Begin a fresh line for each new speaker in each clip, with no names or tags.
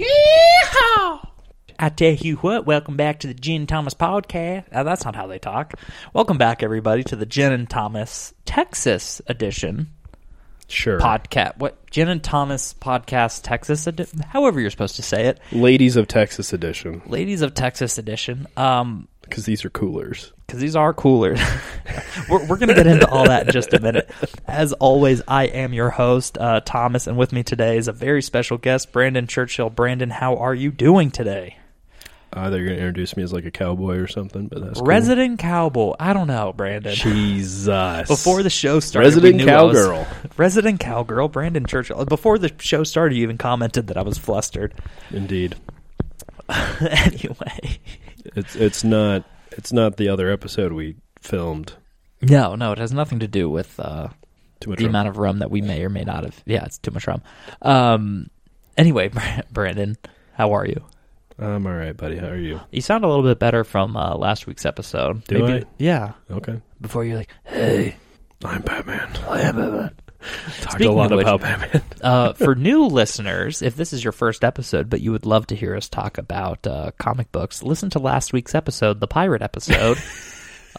Yeehaw! I tell you what, welcome back to the Jen and Thomas podcast. Uh, that's not how they talk. Welcome back, everybody, to the Jen and Thomas Texas edition
Sure.
podcast. What Jen and Thomas podcast Texas edition? However, you're supposed to say it,
Ladies of Texas edition,
ladies of Texas edition. Um,
because these are coolers.
because these are coolers. we're we're going to get into all that in just a minute. As always, I am your host, uh, Thomas, and with me today is a very special guest, Brandon Churchill. Brandon, how are you doing today?
Uh, they're going to introduce me as like a cowboy or something, but that's
Resident cowboy. I don't know, Brandon.
Cool. Jesus.
Before the show started,
Resident
we knew I was-
cowgirl.
resident cowgirl, Brandon Churchill. Uh, Before the show started, you even commented that I was flustered.
Indeed,
anyway,
it's it's not it's not the other episode we filmed.
no, no, it has nothing to do with uh,
Too much.
the
rum.
amount of rum that we may or may not have. Yeah, it's too much rum. Um, anyway, Brandon, how are you?
I'm all right, buddy. How are you?
You sound a little bit better from uh, last week's episode.
Do
Maybe-
I?
Yeah.
Okay.
Before you're like, hey,
I'm Batman.
I am Oh, Batman.
Talked
Speaking
a lot
of which-
about Batman.
uh, for new listeners, if this is your first episode, but you would love to hear us talk about uh, comic books, listen to last week's episode, the pirate episode,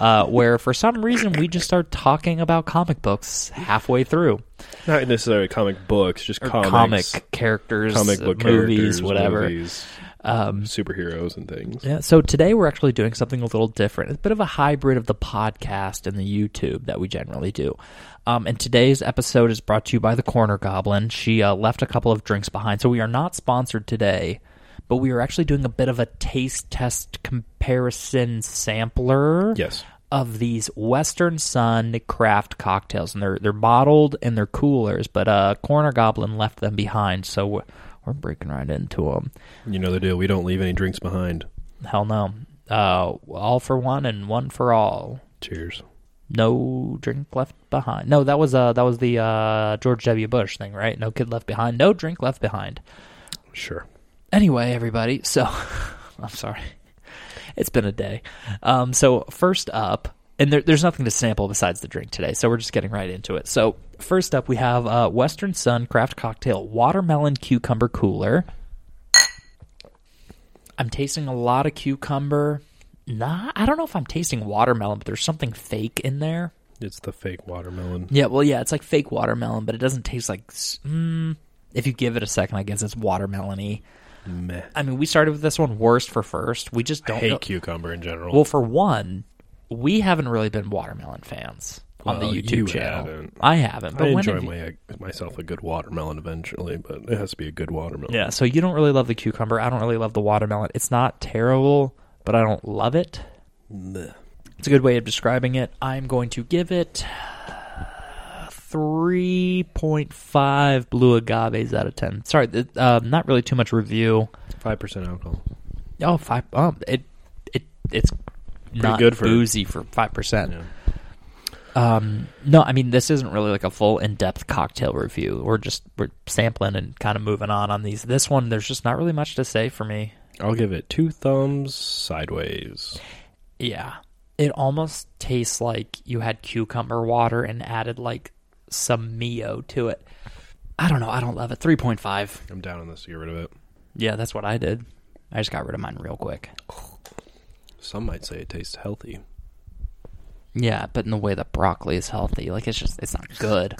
uh, where for some reason we just start talking about comic books halfway through.
not necessarily comic books, just
Or
comics,
comic characters,
comic
uh,
book
movies,
characters,
whatever.
movies,
Um,
superheroes, and things.
yeah, so today we're actually doing something a little different. It's a bit of a hybrid of the podcast and the YouTube that we generally do. Um, and today's episode is brought to you by the Corner Goblin. She uh, left a couple of drinks behind, so we are not sponsored today, but we are actually doing a bit of a taste test comparison sampler
Yes.
of these Western Sun craft cocktails, and they're they're bottled and they're coolers. But uh, Corner Goblin left them behind, so we're, we're breaking right into them.
You know the deal. We don't leave any drinks behind.
Hell no. Uh, all for one and one for all.
Cheers.
No drink left behind. No, that was uh that was the uh George W. Bush thing, right? No kid left behind. No drink left behind.
Sure.
Anyway, everybody. So, I'm sorry. It's been a day. Um, so first up, and there, there's nothing to sample besides the drink today, so we're just getting right into it. So first up, we have uh, Western Sun Craft Cocktail Watermelon Cucumber Cooler. I'm tasting a lot of cucumber. Nah, I don't know if I'm tasting watermelon, but there's something fake in there.
It's the fake watermelon.
Yeah, well, yeah, it's like fake watermelon, but it doesn't taste like. s- Mm, if you give it a second, I guess it's watermelony.
Meh.
I mean, we started with this one worst for first. We just don't
hate
know-
cucumber in general.
Well, for one, we haven't really been watermelon fans on
Well,
the YouTube
you
channel.
haven't.
I haven't. But
I
when
enjoy
have you-
my, myself a good watermelon eventually, but it has to be a good watermelon.
yeah, so you don't really love the cucumber. I don't really love the watermelon. It's not terrible, but I don't love it.
Meh.
It's a good way of describing it. I'm going to give it 3.5 blue agaves out of 10. Sorry, th- uh, not really too much review.
Five percent alcohol.
Oh, five. Oh, it it it's not
good for-
boozy for five percent.
Yeah.
Um, no, I mean this isn't really like a full in-depth cocktail review. We're just we're sampling and kind of moving on on these. This one, there's just not really much to say for me.
I'll give it two thumbs sideways.
Yeah, it almost tastes like you had cucumber water and added like some mio to it. I don't know. I don't love it. Three point five.
I'm down on this to get rid of it.
Yeah, that's what I did. I just got rid of mine real quick.
Some might say it tastes healthy.
Yeah, but in the way that broccoli is healthy, like it's just it's not good.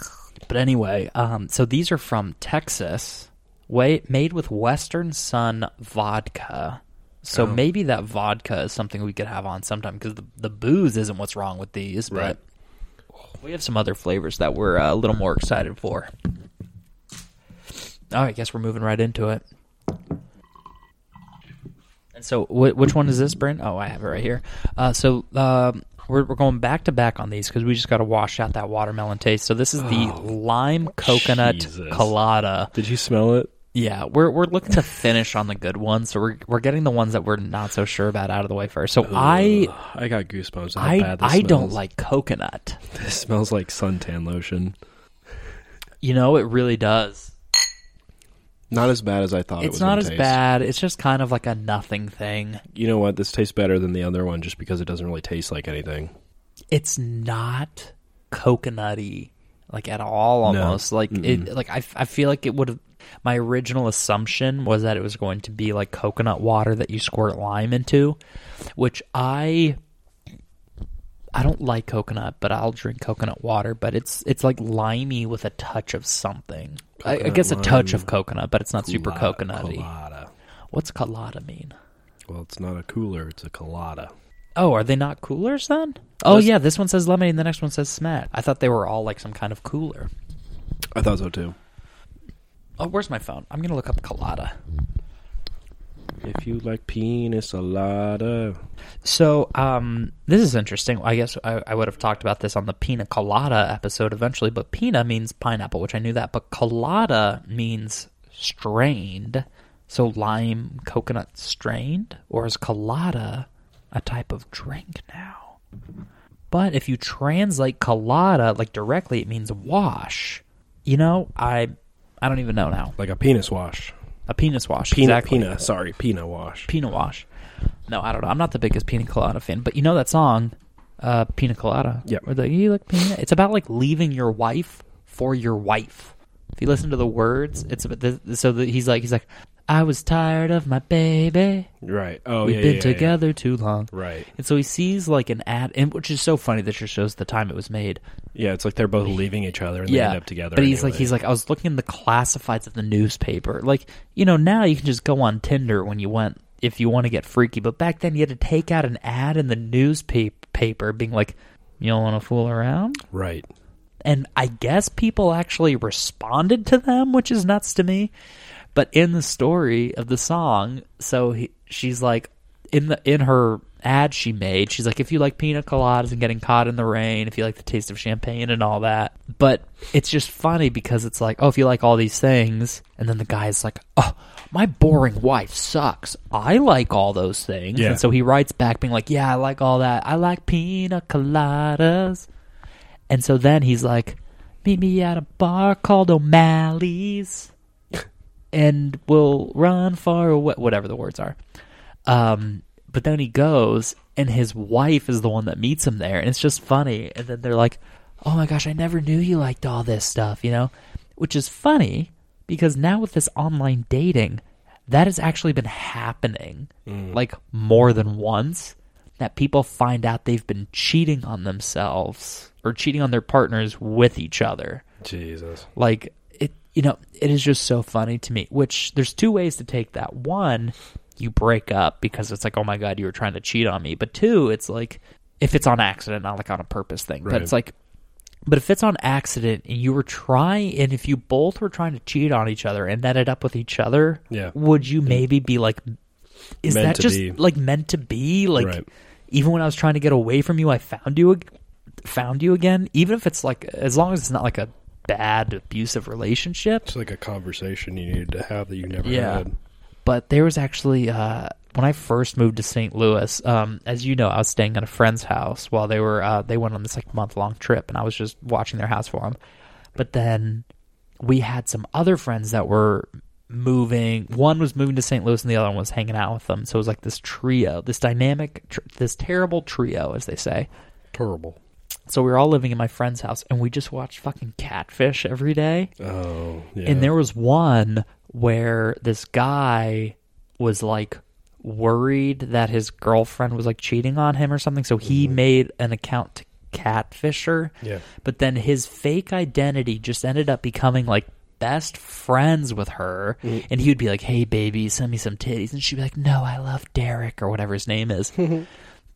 But anyway, um, so these are from Texas, way made with Western Sun vodka. So maybe that vodka is something we could have on sometime because the, the booze isn't what's wrong with these,
Right.
but we have some other flavors that we're uh, a little more excited for. Oh, I guess we're moving right into it. And so, wh- which one is this, Brent? Oh, I have it right here. Uh, so um, we're we're going back to back on these because we just got to wash out that watermelon taste. So this is the lime coconut
Oh, Jesus.
colada.
Did you smell it?
Yeah, we're we're looking to finish on the good ones. So we're we're getting the ones that we're not so sure about out of the way first. So I.
Ugh, I got goosebumps. How
I,
bad this
I don't
smells.
like coconut.
This smells like suntan lotion.
You know, it really does.
Not as bad as I thought. it
It's
was
not
in
as
taste.
bad. It's just kind of like a nothing thing.
You know what? This tastes better than the other one, just because it doesn't really taste like anything.
it's not coconutty like at all almost like it like I, I feel like it would have My original assumption was that it was going to be like coconut water that you squirt lime into, which I I don't like coconut, but I'll drink coconut water. But it's it's like limey with a touch of something. I, I
Coconut
guess a touch
lime.
of coconut, but it's not super
Colada-
coconutty.
Colada.
What's colada mean?
Well, it's not a cooler. It's a colada.
Oh, are they not coolers then? Oh
Those-
yeah, this one says lemonade, and the next one says smack. I thought they were all like some kind of cooler.
I thought so too.
Oh, where's my phone? I'm gonna look up colada.
If you like penis colada,
So um, this is interesting. I guess I, I would have talked about this on the pina colada episode eventually, but pina means pineapple, which I knew that, but colada means strained. So lime coconut strained, or is colada a type of drink now? But if you translate colada like directly, it means wash. You know, I I don't even know now.
like a penis wash.
A penis wash.
Pina,
exactly.
pina. Sorry, pina wash.
Pina Wash. No, I don't know. I'm not the biggest Pina Colada fan, but you know that song, uh, Pina Colada.
Yep.
Where the, you like pina? It's about like leaving your wife for your wife. If you listen to the words, it's about the, so that he's like he's like, I was tired of my baby.
right. Oh
We've
yeah.
been
yeah, yeah, yeah.
together too long.
Right.
And so he sees like an ad, and which is so funny that just shows the time it was made.
Yeah, it's like they're both leaving each other and they end up together.
But he's like,
anyway.
he's like, I was looking in the classifieds of the newspaper. Like, you know, now you can just go on Tinder when you want if you want to get freaky. But back then, you had to take out an ad in the newspaper, being like, "You don't want to fool around."
right.
And I guess people actually responded to them, which is nuts to me. But in the story of the song, so he, she's like in the in her ad she made, she's like, if you like pina coladas and getting caught in the rain, if you like the taste of champagne and all that. But it's just funny because it's like, oh, if you like all these things, and then the guy's like, oh, my boring wife sucks. I like all those things,
Yeah.
and so he writes back being like, yeah, I like all that. I like pina coladas. And so then he's like, Meet me at a bar called O'Malley's and we'll run far away, whatever the words are. Um, but then he goes, and his wife is the one that meets him there, and it's just funny. And then they're like, "Oh my gosh, I never knew you liked all this stuff," you know, which is funny because now with this online dating, that has actually been happening like more than once. That people find out they've been cheating on themselves or cheating on their partners with each other
Jesus.
like it you know it is just so funny to me which there's two ways to take that one you break up because it's like oh my god you were trying to cheat on me but two it's like if it's on accident not like on a purpose thing but
Right.
it's like but if it's on accident and you were trying and if you both were trying to cheat on each other and ended up with each other
Yeah.
would you maybe be like is
Meant
that
to
just
be.
like meant to be like
Right.
even when i was trying to get away from you i found you ag- found you again even if it's like as long as it's not like a bad abusive relationship
It's like a conversation you needed to have that you never
Yeah.
had.
but there was actually uh when i first moved to st louis um as you know i was staying at a friend's house while they were uh they went on this like month long trip and i was just watching their house for them but then we had some other friends that were moving one was moving to st louis and the other one was hanging out with them so it was like this trio this dynamic tr- this terrible trio as they say
Terrible.
so we were all living in my friend's house and we just watched fucking catfish every day
Oh, yeah.
and there was one where this guy was like worried that his girlfriend was like cheating on him or something. So he made an account to catfish her.
Yeah.
But then his fake identity just ended up becoming like best friends with her. And he would be like, hey, baby, send me some titties. And she'd be like, no, I love Derek or whatever his name is.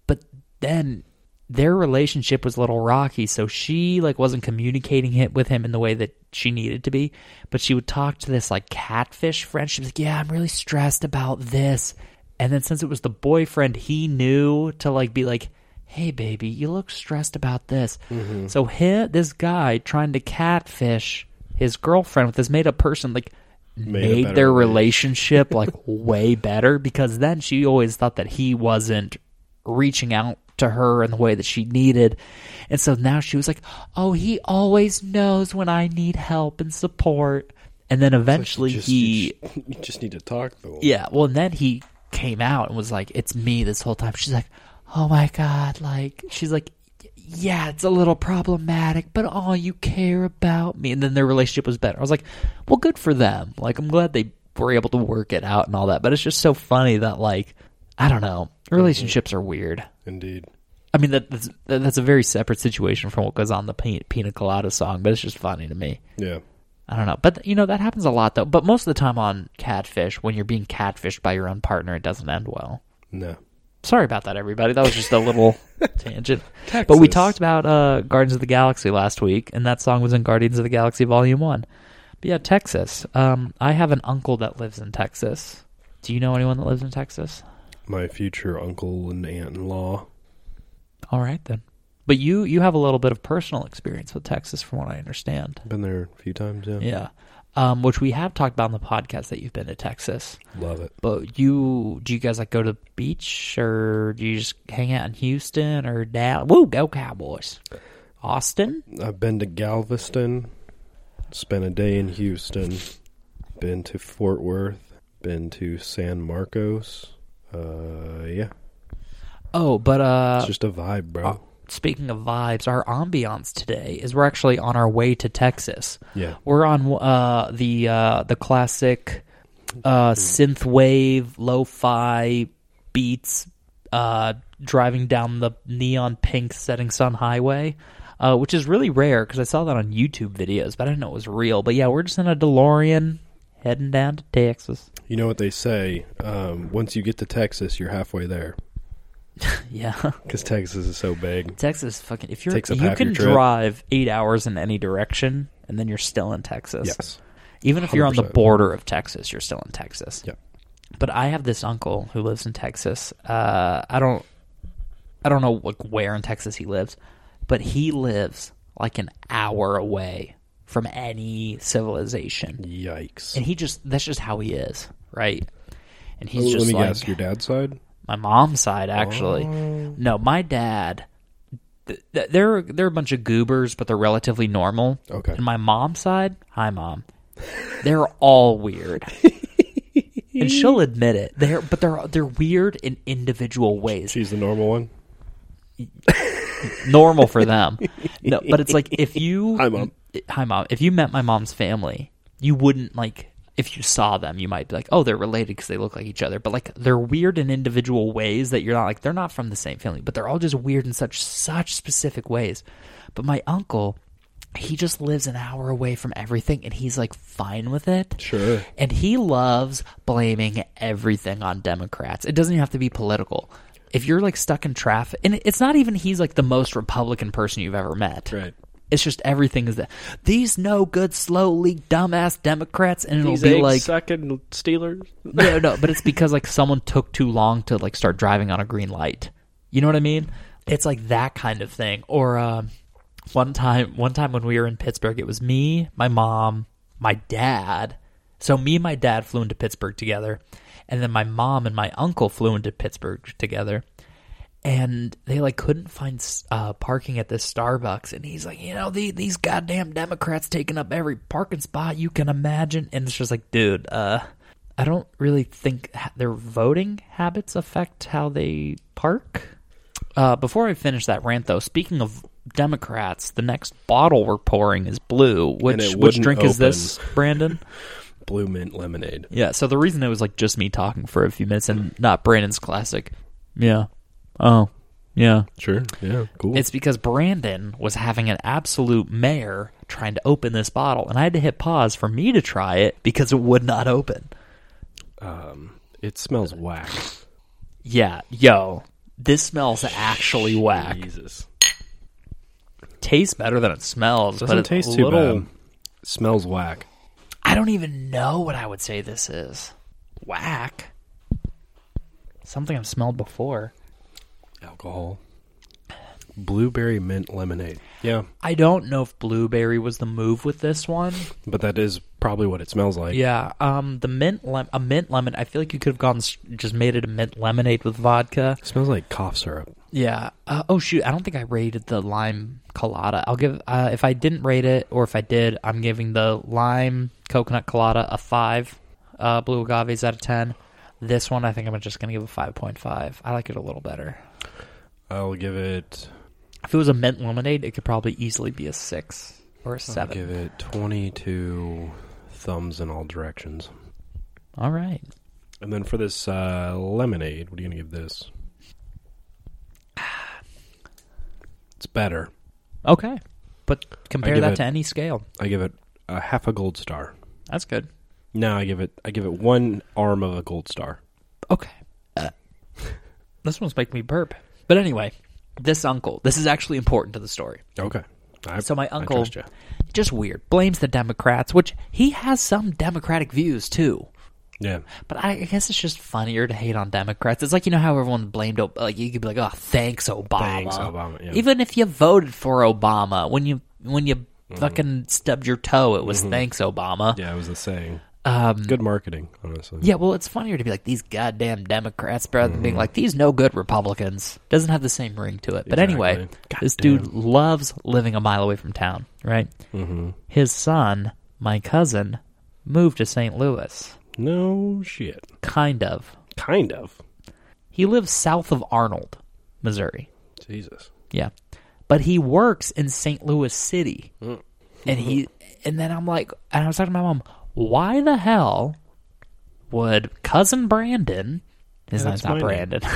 but then their relationship was a little rocky so she like wasn't communicating it with him in the way that she needed to be but she would talk to this like catfish friend she was like yeah i'm really stressed about this and then since it was the boyfriend he knew to like be like hey baby you look stressed about this
Mm-hmm.
so he, this guy trying to catfish his girlfriend with this made-up person like
a
made,
better
their
relationship.
relationship like way better because then she always thought that he wasn't reaching out to her in the way that she needed. And so now she was like, "Oh, he always knows when I need help and support." And then eventually
just,
he
you, just, you just need to talk though.
yeah. Well, and then he came out and was like, "It's me this whole time." She's like, "Oh my god!" Like she's like, "Y- yeah, it's a little problematic, but all you care about me. And then their relationship was better. I was like, well, good for them. Like, I'm glad they were able to work it out and all that. But it's just so funny that, like, I don't know. Relationships are weird.
Indeed.
I mean, that, that's, that, that's a very separate situation from what goes on in the Pina, Pina Colada song, but it's just funny to me.
Yeah.
I don't know. But, you know, that happens a lot, though. But most of the time on Catfish, when you're being catfished by your own partner, it doesn't end well.
No.
Sorry about that, everybody. That was just a little tangent. But we
Texas.
talked about uh, Guardians of the Galaxy last week, and that song was in Guardians of the Galaxy Volume 1. But yeah, Texas. Um, I have an uncle that lives in Texas. Do you know anyone that lives in Texas?
My future uncle and aunt in law.
All right, then. But you, you have a little bit of personal experience with Texas, from what I understand.
Been there a few times, yeah.
Yeah. Um, which we have talked about on the podcast that you've been to Texas.
Love it.
But you do you guys like go to the beach or do you just hang out in Houston or Dallas? Woo, go Cowboys. Austin?
I've been to Galveston, spent a day in Houston, been to Fort Worth, been to San Marcos. Uh, yeah.
Oh, but uh
It's just a vibe, bro.
speaking of vibes, our ambiance today is we're actually on our way to Texas.
yeah.
We're on uh the uh the classic uh synthwave lo-fi beats uh driving down the neon pink setting sun highway. Uh, which is really rare because I saw that on YouTube videos, but I didn't know it was real. But yeah, we're just in a DeLorean heading down to Texas.
You know what they say? Um, once you get to Texas, you're halfway there.
Yeah,
Because Texas is so big.
Texas fucking. If you're
Takes up
you
half your
can
trip.
drive eight hours in any direction, and then you're still in Texas.
Yes.
Even if you're on the
100%.
border of Texas, you're still in Texas.
Yep.
But I have this uncle who lives in Texas. Uh, I don't, I don't know like where in Texas he lives, but he lives like an hour away from any civilization,
Yikes.
and he just that's just how he is, right? And
Oh,
he's
Let
just
me
like
guess, your dad's side?
my mom's side actually. No, my dad. Th- th- they're they're a bunch of goobers, but they're relatively normal.
Okay.
And my mom's side, hi mom, they're all weird. and she'll admit it. They're but they're they're weird in individual ways.
She's the normal one?
Normal for them. No, but it's like if you
Hi, Mom.
hi mom, if you met my mom's family, you wouldn't like if you saw them, you might be like, "Oh, they're related because they look like each other." But like they're weird in individual ways that you're not like they're not from the same family, but they're all just weird in such such specific ways. But my uncle, he just lives an hour away from everything and he's like fine with it.
Sure.
And he loves blaming everything on Democrats. It doesn't even have to be political. If you're like stuck in traffic, and it's not even he's like the most Republican person you've ever met.
Right.
It's just everything is that these no good, slow leak, dumbass Democrats, and it'll be like
second Steelers.
no, no. But it's because like someone took too long to like start driving on a green light. You know what I mean? It's like that kind of thing. Or um, one time, one time when we were in Pittsburgh, it was me, my mom, my dad. So me and my dad flew into Pittsburgh together, and then my mom and my uncle flew into Pittsburgh together and they like couldn't find uh, parking at this Starbucks, and he's like, you know, the, these goddamn Democrats taking up every parking spot you can imagine, and it's just like, dude, uh, I don't really think ha- their voting habits affect how they park. Uh, before I finish that rant, though, speaking of Democrats, the next bottle we're pouring is blue. Which which
it wouldn't
drink is this, Brandon?
Blue mint lemonade.
Yeah, so the reason it was like just me talking for a few minutes and not Brandon's classic. Yeah. Oh. Yeah.
Sure. Yeah. Cool.
It's because Brandon was having an absolute mare trying to open this bottle, and I had to hit pause for me to try it because it would not open.
it smells whack.
Yeah, yo, this smells actually whack.
Jesus.
Tastes better than it smells,
Doesn't
but it's
taste
a
too
little.
bad. Smells whack.
I don't even know what I would say this is. Whack. Something I've smelled before.
Alcohol. Blueberry mint lemonade. Yeah.
I don't know if blueberry was the move with this one.
But that is probably what it smells like.
Yeah, um, the mint lem- a mint lemon. I feel like you could have gone s- just made it a mint lemonade with vodka.
It smells like cough syrup.
Yeah. Uh, oh shoot, I don't think I rated the lime colada. I'll give uh, if I didn't rate it or if I did, I'm giving the lime coconut colada a five. Uh, blue agaves out of ten. This one, I think I'm just gonna give a five point five. I like it a little better.
I'll give it
If it was a mint lemonade, it could probably easily be a six or a
I'll
seven.
give it 22 thumbs in all directions.
All right.
And then for this uh, lemonade, what are you going to give this? It's better.
Okay. But compare
give
that
it-
to any scale.
I give it a half a gold star.
That's good.
No, I give it I give it one arm of a gold star.
Okay. Uh, this one's making me burp. But anyway, this uncle, this is actually important to the story.
Okay. I,
So my
I
uncle-
trust ya.
Just weird. Blames the Democrats, which he has some Democratic views too.
Yeah.
But I I guess it's just funnier to hate on Democrats. It's like you know how everyone blamed Ob- like you could be like, "Oh, thanks Obama."
Thanks, Obama, yeah.
Even if you voted for Obama, when you when you
Mm-hmm.
fucking stubbed your toe, it was thanks Obama.
Yeah, it was the saying. Um, Good marketing, honestly.
Yeah, well, it's funnier to be like these goddamn Democrats rather than being like these no good Republicans. Doesn't have the same ring to it. But anyway,
Exactly.
this
Goddamn.
dude loves living a mile away from town, right? Mm-hmm. His son, my cousin, moved to St. Louis.
No shit.
Kind of.
Kind of.
He lives south of Arnold, Missouri.
Jesus.
Yeah. But he works in St. Louis City. And he and then I'm like and I was talking to my mom, why the hell would cousin Brandon his
Yeah,
name's
that's
not
my name.
Brandon.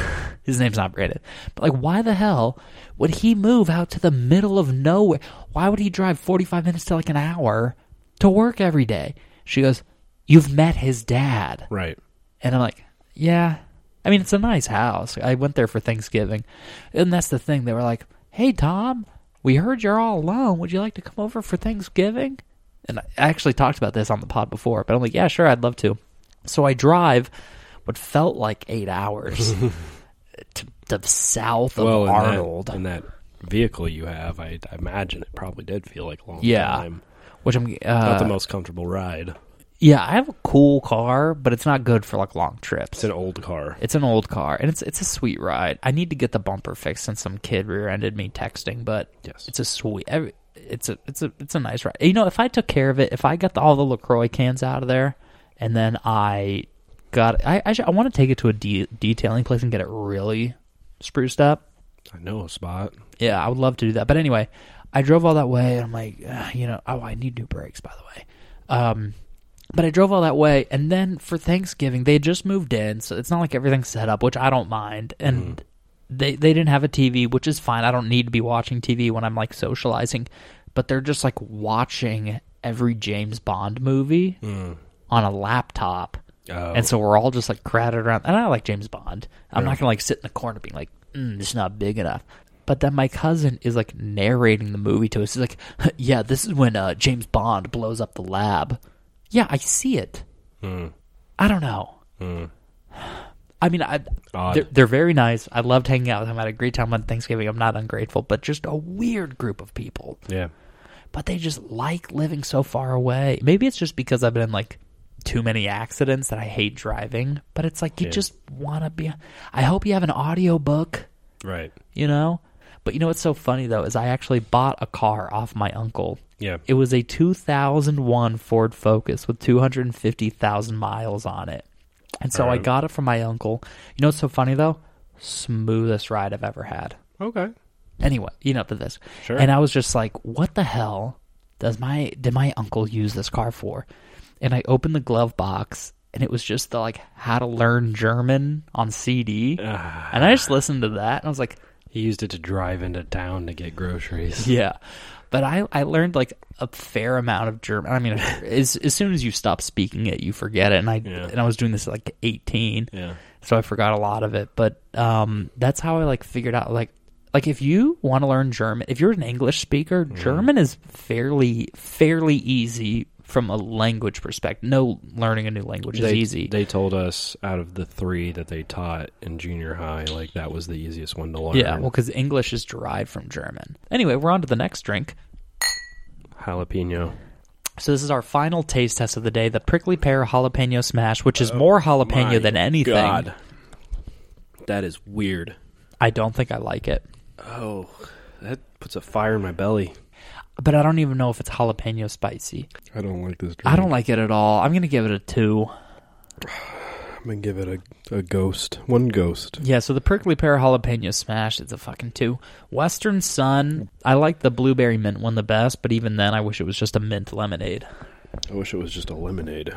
his name's not Brandon. But like why the hell would he move out to the middle of nowhere? Why would he drive 45 minutes to like an hour to work every day? She goes, "You've met his dad."
Right.
And I'm like, yeah. I mean, it's a nice house. I went there for Thanksgiving. And that's the thing. They were like, hey, Tom, we heard you're all alone. Would you like to come over for Thanksgiving? And I actually talked about this on the pod before, but I'm like, yeah, sure, I'd love to. So I drive what felt like eight hours to the south of
Well, in
Arnold.
that, in that vehicle you have, I, I imagine it probably did feel like a long
Yeah.
time.
Which I'm,
Not
uh,
the most comfortable ride.
yeah, I have a cool car, but it's not good for like long trips.
It's an old car.
It's an old car, and it's it's a sweet ride. I need to get the bumper fixed since some kid rear-ended me texting, but
Yes.
it's a sweet. every- It's a it's a it's a nice ride. You know, if I took care of it, if I got the, all the Lacroix cans out of there, and then I got, I I, should- I want to take it to a de- detailing place and get it really spruced up.
I know a spot.
Yeah, I would love to do that. But anyway, I drove all that way, and I'm like, "Ugh, you know, oh, I need new brakes, by the way. Um, but I drove all that way, and then for Thanksgiving, they had just moved in, so it's not like everything's set up, which I don't mind. And they they didn't have a TV, which is fine. I don't need to be watching TV when I'm like socializing, but they're just like watching every James Bond movie
Mm. Hmm.
on a laptop.
Oh.
And so we're all just like crowded around. And I like James Bond. I'm not gonna like sit in the corner being like, mm, "It's not big enough." But then my cousin is like narrating the movie to us. He's like, "Yeah, this is when uh, James Bond blows up the lab." Yeah, I see it.
Oh, hmm.
I don't know. I mean, I
Odd.
they're, they're very nice. I loved hanging out with them. I had a great time on Thanksgiving. I'm not ungrateful, but just a weird group of people
Yeah.
but they just like living so far away. Maybe it's just because I've been in like too many accidents that I hate driving, but it's like you
Yeah.
just want to be I hope you have an audiobook,
Right.
you know? But you know what's so funny though is I actually bought a car off my uncle.
Yeah.
It was a 2001 Ford Focus with 250,000 miles on it. And so I
Alright.
got it from my uncle. You know what's so funny though? Smoothest ride I've ever had
okay.
anyway, you know, to this.
Sure.
And I was just like, what the hell does my did my uncle use this car for? And I opened the glove box and it was just the like how to learn German on CD.
Ah.
and I just listened to that and I was like,
He used it to drive into town to get groceries.
yeah. But I, I learned like a fair amount of German. I mean, as, as soon as you stop speaking it, you forget it. And I
Yeah.
and I was doing this at like 18
Yeah.
so I forgot a lot of it. But um, that's how I like figured out like like if you want to learn German, if you're an English speaker,
Mm-hmm.
German is fairly fairly easy from a language perspective. No learning a new language is
they,
easy.
They told us out of the three that they taught in junior high, like that was the easiest one to learn.
yeah, well, because English is derived from German. Anyway, we're on to the next drink.
jalapeno.
So this is our final taste test of the day: the prickly pear jalapeno smash, which is more jalapeno
Oh My
than anything.
God. That is weird.
I don't think I like it,
Oh, that puts a fire in my belly.
but I don't even know if it's jalapeno spicy.
I don't like this drink.
I don't like it at all. I'm gonna give it a two.
I'm gonna give it a, a ghost. One ghost.
Yeah, so the prickly pear jalapeno smash is a fucking two. Western Sun, I like the blueberry mint one the best, but even then, I wish it was just a mint lemonade.
I wish it was just a lemonade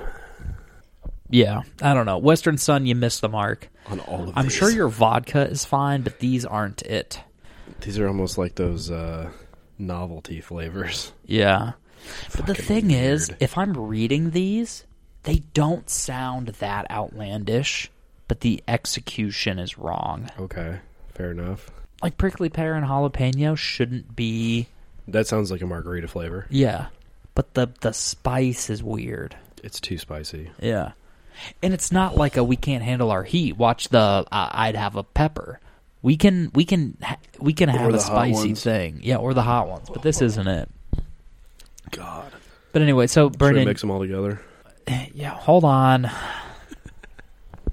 Yeah, I don't know. Western Sun, you missed the mark.
on all of
I'm
these.
sure your vodka is fine, but these aren't it.
These are almost like those uh, novelty flavors.
Yeah. But the
Fucking
thing is,
weird.
if I'm reading these, they don't sound that outlandish, but the execution is wrong.
Okay, fair enough.
Like prickly pear and jalapeno shouldn't be.
That sounds like a margarita flavor.
Yeah. But the the spice is weird.
It's too spicy.
Yeah. And it's not like a we can't handle our heat. Watch the uh, I'd have a pepper. We can we can ha- we can have
the
a
hot
spicy
ones.
thing. Yeah, or the hot ones, but this isn't it.
God.
But anyway, so
Should we
Brendan,
mix them all together?
yeah, hold on.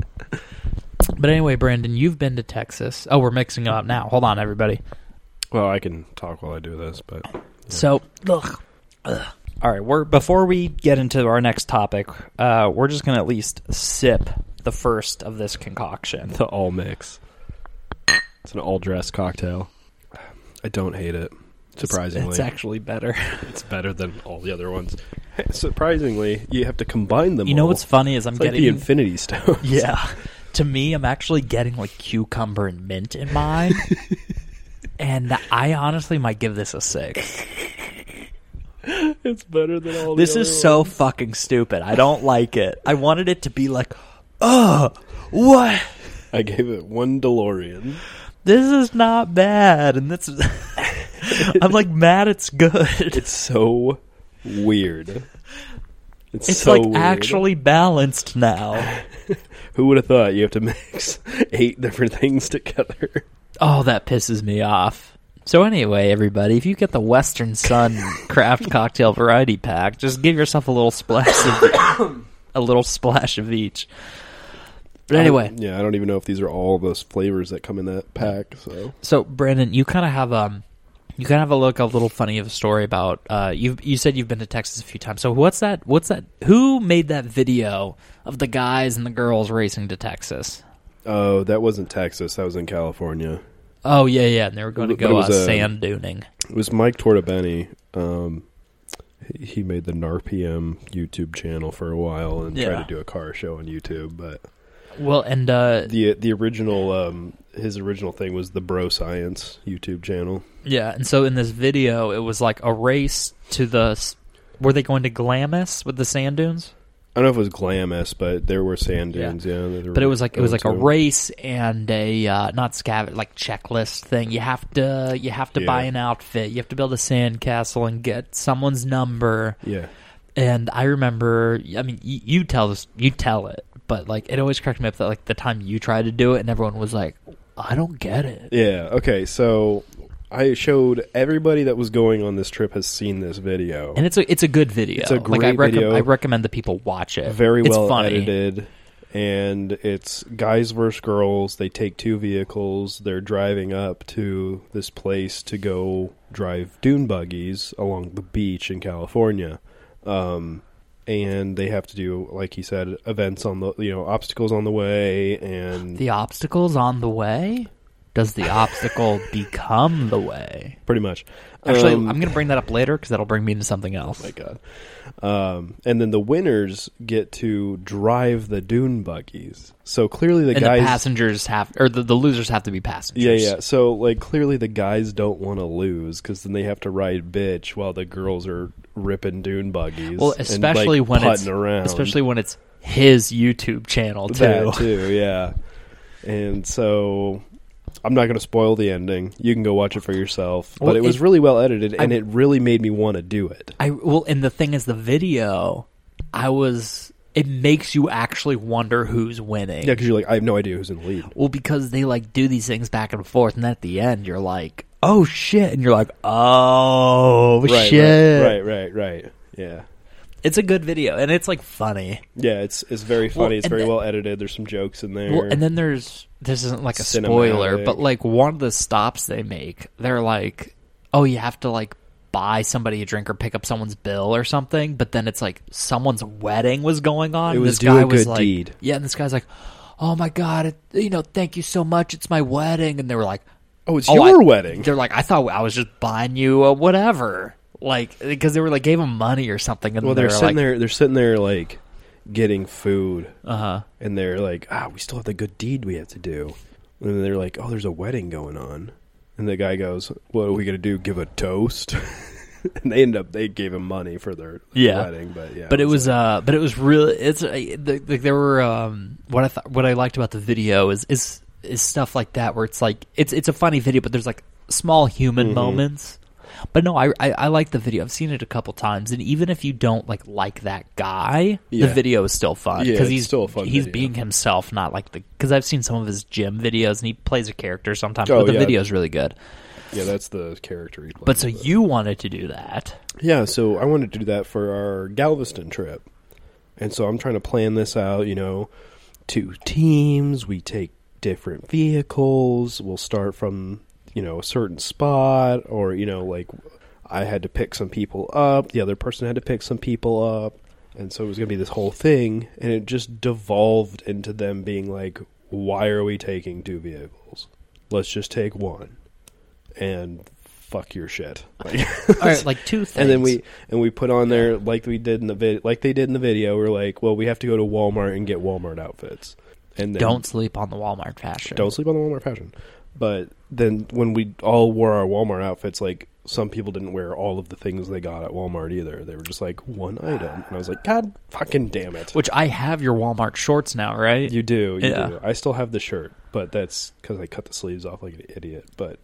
But anyway, Brandon, you've been to Texas. Oh, we're mixing it up now. Hold on, everybody.
Well, I can talk while I do this, but
So, ugh, ugh. all right. We're before we get into our next topic, uh, we're just gonna at least sip the first of this concoction.
the all mix. It's an all dress cocktail. I don't hate it. Surprisingly,
it's,
it's,
it's actually better.
better than all the other ones. Surprisingly, you have to combine them.
You know
all.
what's funny is I'm
It's like
getting
the Infinity Stone.
yeah. To me, I'm actually getting like cucumber and mint in mine, and I honestly might give this a six.
it's better than all.
This
the
is
other
so fucking stupid. I don't like it. I wanted it to be like, oh, what?
ones. I gave it one DeLorean.
This is not bad, and that's. I'm like mad. It's good.
It's so weird. It's,
It's
so
like
weird.
actually balanced now.
Who would have thought you have to mix eight different things together?
Oh, that pisses me off. So anyway, everybody, if you get the Western Sun Craft Cocktail Variety Pack, just give yourself a little splash of a little splash of each. But anyway,
I- yeah, I don't even know if these are all those flavors that come in that pack. So
So Brandon, you kind of have um, you kind of have a look a little funny of a story about uh, you. You said you've been to Texas a few times. So what's that? What's that? Who made that video of the guys and the girls racing to Texas?
Oh, that wasn't Texas. That was in California.
Oh yeah, yeah, and they were going to
But it
go uh,
was a-
sand duning.
It was Mike Tortabeni. Um, he- he made the NARPM YouTube channel for a while and
Yeah.
tried to do a car show on YouTube. But
Well, and uh,
the the original um, his original thing was the Bro Science YouTube channel.
yeah, and so in this video, it was like a race to the. s- Were they going to Glamis with the sand dunes?
I don't know if it was Glamis, but there were sand
Yeah.
dunes. Yeah, that there
But it
were
was like it was
going
like a
to.
race and a uh, not scav like checklist thing. You have to you have to
Yeah.
buy an outfit. You have to build a sand castle and get someone's number.
Yeah,
And I remember, I mean, you, you tell this, you tell it, but like it always cracked me up that like the time you tried to do it and everyone was like, I don't get it.
yeah. Okay, so I showed everybody that was going on this trip has seen this video.
And it's a it's a good video.
It's a
like I,
great video.
I recommend that people watch it.
very
It's
well
funny.
edited and it's guys versus girls they take two vehicles they're driving up to this place to go drive dune buggies along the beach in california um, and they have to do like he said events on the you know obstacles on the way and
The obstacle's on the way. Does the obstacle become the way?
pretty much
Actually,
Um,
I'm going to bring that up later because that'll bring me into something else.
my god um, and then the winners get to drive the dune buggies so clearly the
and
guys
the passengers have, or the, the losers have to be
Yeah,
passengers.
yeah. So like clearly the guys don't want to lose because then they have to ride bitch while the girls are ripping dune buggies.
Well,
and, like,
especially when it's
putting around,
especially when it's his YouTube channel too.
that too. Yeah, and so I'm not going to spoil the ending. You can go watch it for yourself.
Well,
but it, was
it-
really well edited, and
I-
it really made me want to do it.
I well, and the thing is, the video, I was. It makes you actually wonder who's winning.
Yeah, because you're like, I have no idea who's in the lead.
Well, because they like do these things back and forth, and then at the end, you're like, "Oh shit!" and you're like, "Oh
Right,
shit!"
right, right, right, right. Yeah.
It's a good video, and it's like funny.
Yeah, it's it's very funny. it's
and
very
then-
well edited. There's some jokes in there.
Well, and then there's this isn't like a spoiler,
Cinematic.
but like one of the stops they make, they're like, "Oh, you have to like buy somebody a drink or pick up someone's bill or something, but then it's like someone's wedding was going on.
It
and
was
this
do
guy
a
was
good
like,
deed.
Yeah, and this guy's like, "Oh my god, it, you know, thank you so much. It's my wedding." And they were like,
Oh, it's
"Oh,
your
I-"
wedding.
They're like, "I thought I was just buying you a whatever." Like because they were like gave him money or something and
Well,
they
they're
were
sitting
like,
there. They're sitting there like getting food,
Uh-huh.
and they're like, "Ah, we still have the good deed we have to do." And then they're like, "Oh, there's a wedding going on," and the guy goes, "What are we gonna do? Give a toast?" and they end up they gave him money for their
Yeah.
wedding, but yeah,
but it was
like-
uh but it was really it's uh, the, the, there were um what i thought what i liked about the video is is is stuff like that where it's like it's it's a funny video but there's like small
Mm-hmm.
human moments but no I, I i like the video i've seen it a couple times and even if you don't like like that guy
Yeah.
the video is still fun
Yeah,
because
it's
he's
still a fun
he's
video.
being himself not like the because i've seen some of his gym videos and he plays a character sometimes
Oh,
but the
yeah.
video's really good
yeah, that's the character he played.
but so you wanted to do that
Yeah, so I want to do that for our Galveston trip. And so I'm trying to plan this out, you know, two teams, we take different vehicles, we'll start from, you know, a certain spot or, you know, like I had to pick some people up, the other person had to pick some people up, and so it was going to be this whole thing and it just devolved into them being like, "Why are we taking two vehicles? Let's just take one." And fuck your shit. Like
all right like two things
and then we and we put on there like we did in the vid- like they did in the video. We're like, well, we have to go to Walmart and get Walmart outfits, and then
don't sleep on the walmart fashion
don't sleep on the Walmart fashion. But then when we all wore our Walmart outfits, like some people didn't wear all of the things they got at Walmart either. They were just like one item, and I was like, God fucking damn it!
Which I have your Walmart shorts now, right?
You do, you
Yeah.
do. I still have the shirt, but that's because I cut the sleeves off like an idiot. But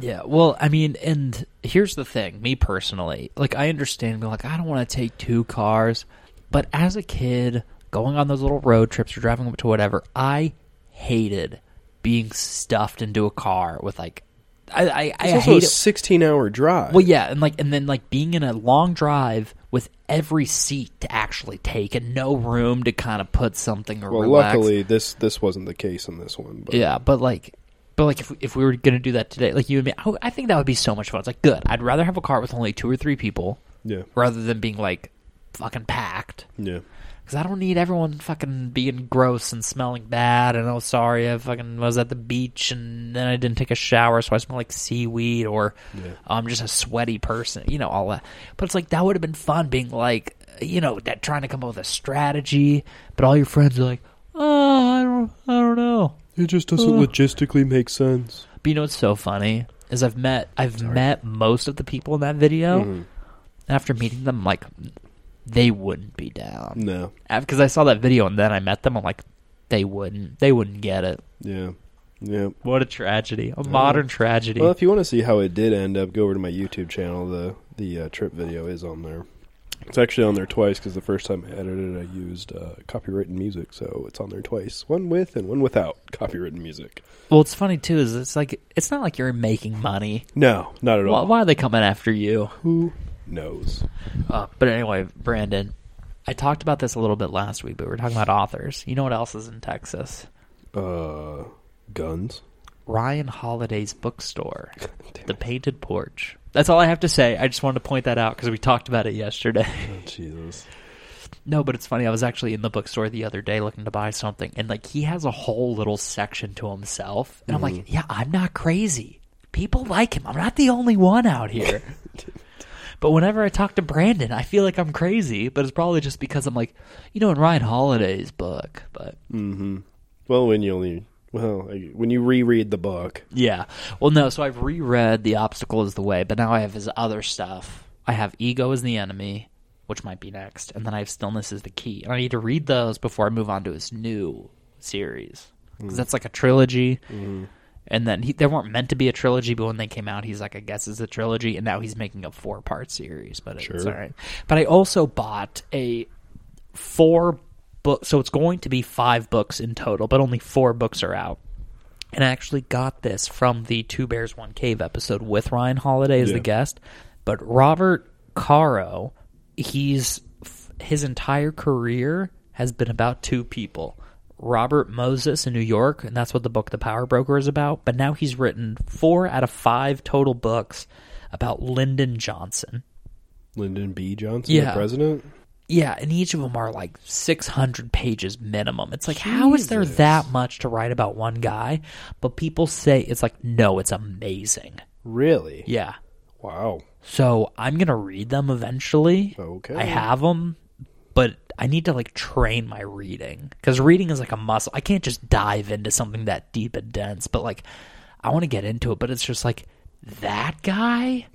yeah. Well, I mean, and here's the thing, me personally, like I understand being like, I don't want to take two cars, but as a kid, going on those little road trips or driving up to whatever, I hated being stuffed into a car with like I I, I
it's also a
hate it.
sixteen-hour drive.
Well, yeah, and like, and then like being in a long drive with every seat to actually take and no room to kind of put something or
Well,
relax.
luckily this this wasn't the case in this one. But
Yeah, but like, but like if we, if we were gonna do that today, like you and me, I, I think that would be so much fun. It's like good. I'd rather have a car with only two or three people
yeah,
rather than being like fucking packed
yeah.
because I don't need everyone fucking being gross and smelling bad. And oh, sorry, I fucking was at the beach and then I didn't take a shower, so I smell like seaweed, or
Yeah.
I'm just a sweaty person, you know, all that. But it's like that would have been fun being like, you know, that trying to come up with a strategy, but all your friends are like, oh, I don't, I don't know.
It just doesn't
Uh.
logistically make sense.
But you know what's so funny is I've met I've met most of the people in that video. And after meeting them, I'm like they wouldn't be down
No.
because I saw that video and then I met them. I'm like they wouldn't they wouldn't get it. Mm-hmm.
Yeah. Yeah.
What a tragedy, a modern tragedy.
Well, if you want to see how it did end up, go over to my YouTube channel. The the uh, trip video is on there. It's actually on there twice because the first time I edited, it, I used uh, copywritten music, so it's on there twice. One with and one without copywritten music.
well, it's funny too is it's like it's not like you're making money.
No, not at
Why,
all.
why are they coming after you?
Who knows?
Uh, but anyway, Brandon, I talked about this a little bit last week, but we were talking about authors. You know what else is in Texas?
Uh, guns.
Ryan Holiday's bookstore.
Damn
The
it.
Painted Porch. That's all I have to say. I just wanted to point that out because we talked about it yesterday.
Oh, Jesus.
no, but it's funny. I was actually in the bookstore the other day looking to buy something, and like he has a whole little section to himself. And I'm like, yeah, I'm not crazy. People like him. I'm not the only one out here. but whenever I talk to Brandon, I feel like I'm crazy, but it's probably just because I'm like, you know, in Ryan Holiday's book. But
Well, when you only well I- when you reread the book,
Yeah. Well, no. So I've reread The Obstacle is the Way, but now I have his other stuff. I have Ego is the Enemy, which might be next, and then I have Stillness is the Key. And I need to read those before I move on to his new series. Because that's like a trilogy. And then he, they weren't meant to be a trilogy, but when they came out, he's like, I guess it's a trilogy. And now he's making a four part series, but it's
Sure.
all right. But I also bought a four book so it's going to be five books in total but only four books are out and i actually got this from the two bears one cave episode with ryan holiday as
Yeah.
the guest but robert caro he's f- his entire career has been about two people robert moses in new york and that's what the book the power broker is about but now he's written four out of five total books about Lyndon Johnson.
Lyndon B. Johnson,
Yeah.
the president.
Yeah, and each of them are like 600 pages minimum. It's like, how is there
Jesus.
that much to write about one guy? But people say it's like, no, it's amazing.
Really?
Yeah.
Wow.
So I'm going to read them eventually.
Okay.
I have them, but I need to like train my reading because reading is like a muscle. I can't just dive into something that deep and dense, but like I want to get into it, but it's just like that guy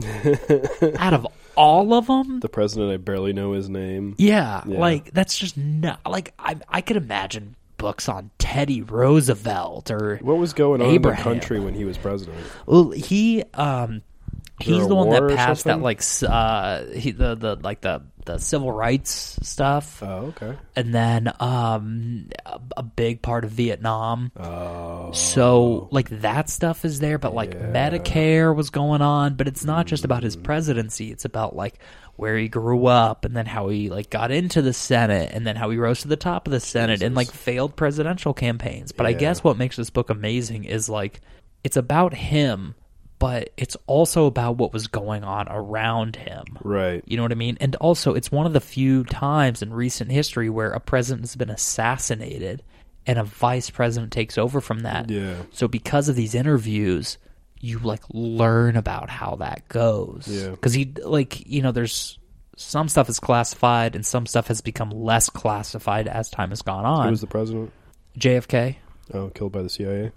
out of all of them.
The president, I barely know his name.
Yeah, like that's just not like I, I could imagine books on Teddy Roosevelt or
What was going on
Abraham.
in the country when he was president?
Well, he um,
there
he's
a
the one
war
that
or
passed that
something?
like s- uh, he, the the like the the civil rights stuff,
Oh, okay.
and then um, a, a big part of Vietnam.
Oh,
So like that stuff is there, but like Medicare was going on, but it's not just about his presidency. It's about like where he grew up and then how he like got into the Senate and then how he rose to the top of the Senate and like failed presidential campaigns. But I
Yeah.
guess what makes this book amazing is like it's about him, but it's also about what was going on around him.
right.
You know what I mean? And also, it's one of the few times in recent history where a president's been assassinated and a vice president takes over from that.
Yeah.
So because of these interviews, you like learn about how that goes.
Yeah.
Cuz he like, you know, there's some stuff is classified and some stuff has become less classified as time has gone on.
Who was the president?
JFK?
Oh, killed by the CIA.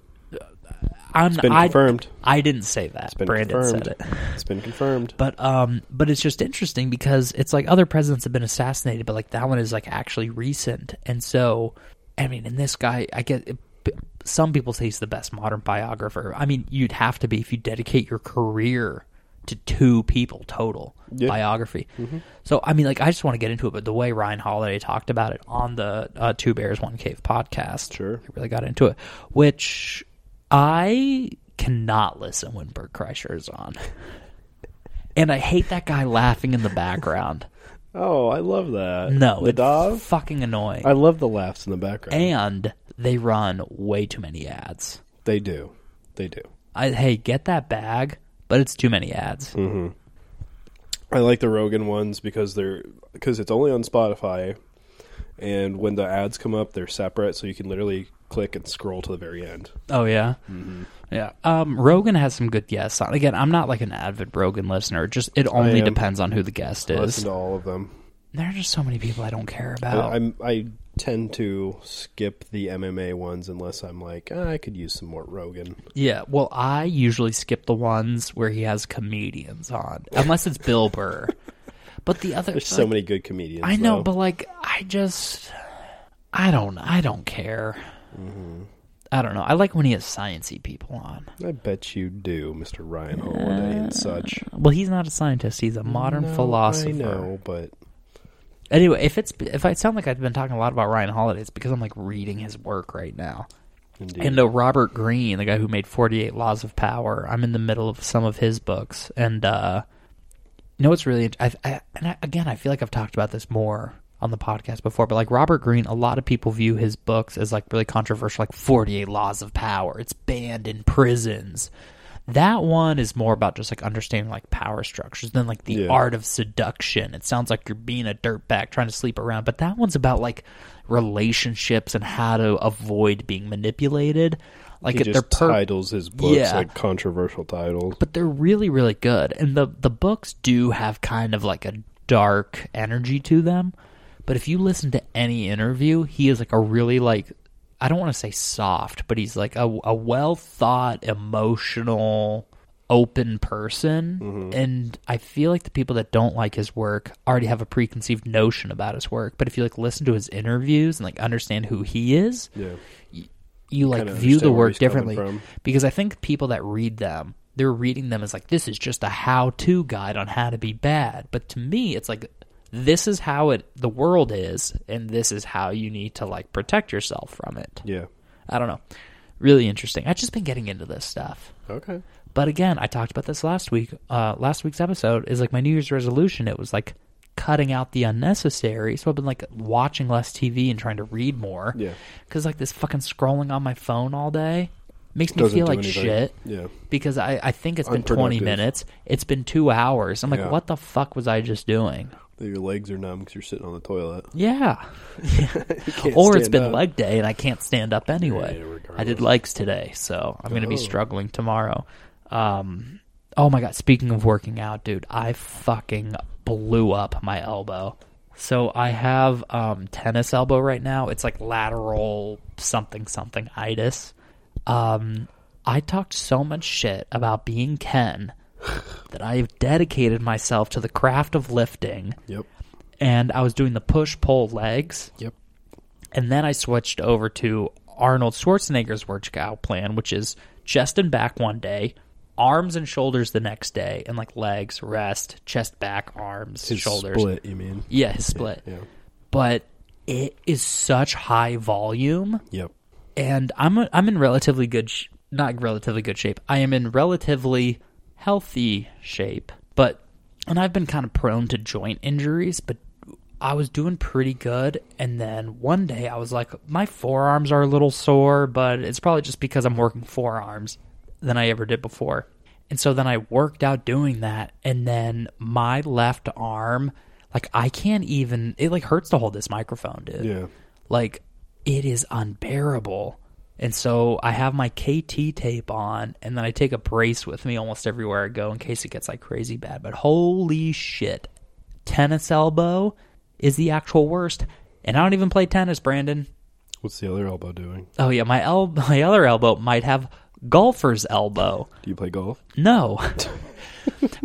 I'm
It's been
I,
confirmed.
I didn't say that.
It's been
Brandon
confirmed.
said it.
It's been confirmed.
But um, but it's just interesting because it's like other presidents have been assassinated, but like that one is like actually recent, and so I mean, and this guy, I get some people say he's the best modern biographer. I mean, you'd have to be if you dedicate your career to two people total
Yeah. Mm-hmm.
biography. So I mean, like I just want to get into it, but the way Ryan Holiday talked about it on the uh, Two Bears One Cave podcast,
Sure.
I really got into it, which I cannot listen when Bert Kreischer is on. And I hate that guy laughing in the background.
Oh, I love that.
No,
the
it's
dog.
fucking annoying.
I love the laughs in the background.
and they run way too many ads.
they do. They do.
I hey, get that bag, but it's too many ads.
Hmm. I like the Rogan ones because they're because it's only on Spotify, and when the ads come up, they're separate, so you can literally click and scroll to the very end.
Oh yeah,
Mm-hmm.
yeah. Um, Rogan has some good guests on. Again, I'm not like an avid Rogan listener. Just it only
am.
depends on who the guest
I listen
is.
to all of them.
There are just so many people I don't care
I-
about.
I'm I tend to skip the MMA ones unless I'm like "Ah, I could use some more Rogan.
yeah. Well, I usually skip the ones where he has comedians on, unless it's Bill Burr. But the other
There's so many good comedians.
I know,
though.
but like I just I don't I don't care.
Mm-hmm.
I don't know. I like when he has sciencey people on.
I bet you do, Mr. Ryan Holiday and such.
Well, he's not a scientist. He's a modern
No,
philosopher.
I know, but
Anyway, if it's if I sound like I've been talking a lot about Ryan Holiday, it's because I'm like reading his work right now.
indeed.
And uh, Robert Greene, the guy who made Forty Eight Laws of Power, I'm in the middle of some of his books, and uh, you know what's really int- I've, I, and I, again, I feel like I've talked about this more on the podcast before, but like Robert Greene, a lot of people view his books as like really controversial, like Forty Eight Laws of Power. It's banned in prisons. That one is more about just like understanding like power structures than like the
Yeah.
art of seduction. It sounds like you're being a dirtbag trying to sleep around, but that one's about like relationships and how to avoid being manipulated. Like
he
it- they're
just
per-
titles his books
Yeah.
like controversial titles.
but they're really really good and the the books do have kind of like a dark energy to them but if you listen to any interview he is like a really like i don't want to say soft but he's like a, a well thought emotional open person and i feel like the people that don't like his work already have a preconceived notion about his work but if you like listen to his interviews and like understand who he is
Yeah,
you like
Kinda
view the
understand where
work
he's coming
differently
from.
because I think people that read them, they're reading them as like this is just a how-to guide on how to be bad. But to me, it's like this is how it the world is, and this is how you need to like protect yourself from it.
yeah.
I don't know, really interesting. I've just been getting into this stuff.
Okay.
But again, I talked about this last week. Uh, last week's episode is like my New Year's resolution. It was like cutting out the unnecessary. So I've been like watching less TV and trying to read more.
Yeah.
Because like this fucking scrolling on my phone all day, Makes me
Doesn't
feel
do
like
anything.
shit
Yeah.
because I, I think it's been 20
Unproductive.
minutes. It's been two hours. I'm like,
Yeah.
what the fuck was I just doing?
Your legs are numb because you're sitting on the toilet.
Yeah.
Can't
Or it's
stand
been
up.
leg day and I can't stand up anyway.
Yeah, regardless.
I did legs today, so I'm going to be
Oh.
struggling tomorrow. Um, oh my God. Speaking of working out, dude, I fucking blew up my elbow. So I have um, tennis elbow right now. It's like lateral something something itis. Um, I talked so much shit about being Ken that I have dedicated myself to the craft of lifting,
Yep.
and I was doing the push pull legs.
Yep.
And then I switched over to Arnold Schwarzenegger's workout plan, which is chest and back one day, arms and shoulders the next day, and like legs, rest, chest, back, arms,
His
shoulders.
split, you mean?
Yeah, his split.
Yeah.
But it is such high volume,
Yep.
and I'm i I'm in relatively good, sh- not relatively good shape. I am in relatively healthy shape, but and I've been kind of prone to joint injuries, but I was doing pretty good. And then one day I was like, my forearms are a little sore, but it's probably just because I'm working forearms than I ever did before. And so then I worked out doing that, and then my left arm, like I can't even. It like hurts to hold this microphone, dude
Yeah.
like it is unbearable. And so I have my KT tape on, and then I take a brace with me almost everywhere I go in case it gets like crazy bad. But holy shit, tennis elbow is the actual worst. And I don't even play tennis, Brandon.
What's the other elbow doing?
Oh yeah, my el- my other elbow might have golfer's elbow.
Do you play golf?
No.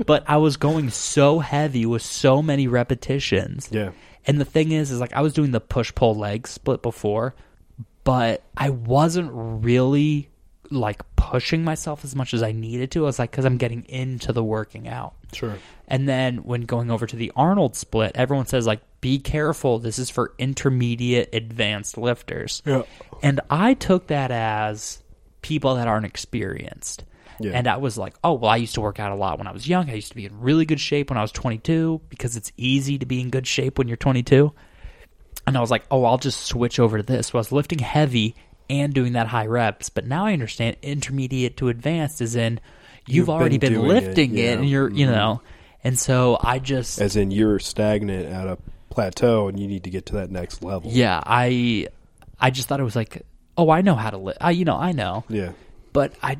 but I was going so heavy with so many repetitions.
Yeah.
And the thing is, is like I was doing the push pull leg split before, but I wasn't really like pushing myself as much as I needed to. I was like, because I'm getting into the working out.
Sure.
And then when going over to the Arnold split, everyone says like, be careful. This is for intermediate advanced lifters.
Yeah.
And I took that as people that aren't experienced.
Yeah.
And I was like, oh, well, I used to work out a lot when I was young. I used to be in really good shape when I was 22 because it's easy to be in good shape when you're 22. And I was like, oh, I'll just switch over to this. So I was lifting heavy and doing that high reps. But now I understand intermediate to advanced is in you've,
You've
already
been
been,
doing it,
lifting it,
yeah.
and you're, you know. And so I just
As in, you're stagnant at a plateau, and you need to get to that next level.
Yeah, I I just thought it was like, oh, I know how to live. I, you know, I know,
Yeah.
but I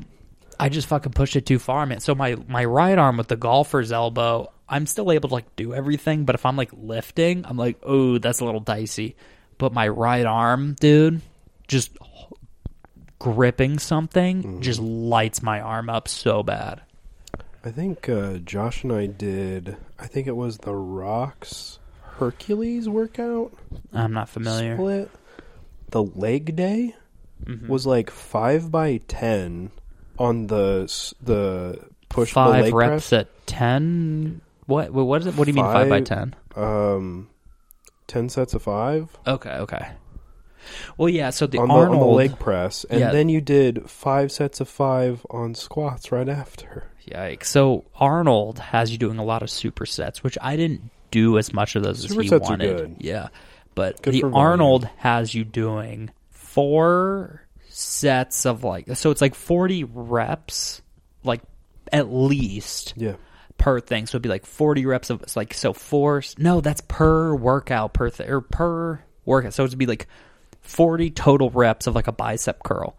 I just fucking pushed it too far, man. So my my right arm with the golfer's elbow, I'm still able to like do everything, but if I'm like lifting, I'm like, oh, that's a little dicey. But my right arm, dude, just gripping something just lights my arm up so bad.
I think uh, Josh and I did. I think it was the Rocks Hercules workout
I'm not familiar. Mm-hmm.
split. The leg day was like five by ten on the s- the push pull
five
leg
reps at ten. What? What what is it? What do you mean five by
Five-
ten?
press. Um, ten sets of five.
Okay, okay. Well, yeah. So the
on the, on
Arnold,
the leg press, and
Yeah.
then you did five sets of five on squats right after.
yikes. So Arnold has you doing a lot of supersets, which I didn't do as much of those as he
Supersets are
wanted.
good.
Yeah, but
Good
the
for volume.
Arnold has you doing four sets of like, so it's like forty reps, like at least
Yeah,
per thing. So it'd be like forty reps of it's like so four. No, that's per workout per th- or per workout. So it'd be like forty total reps of like a bicep curl.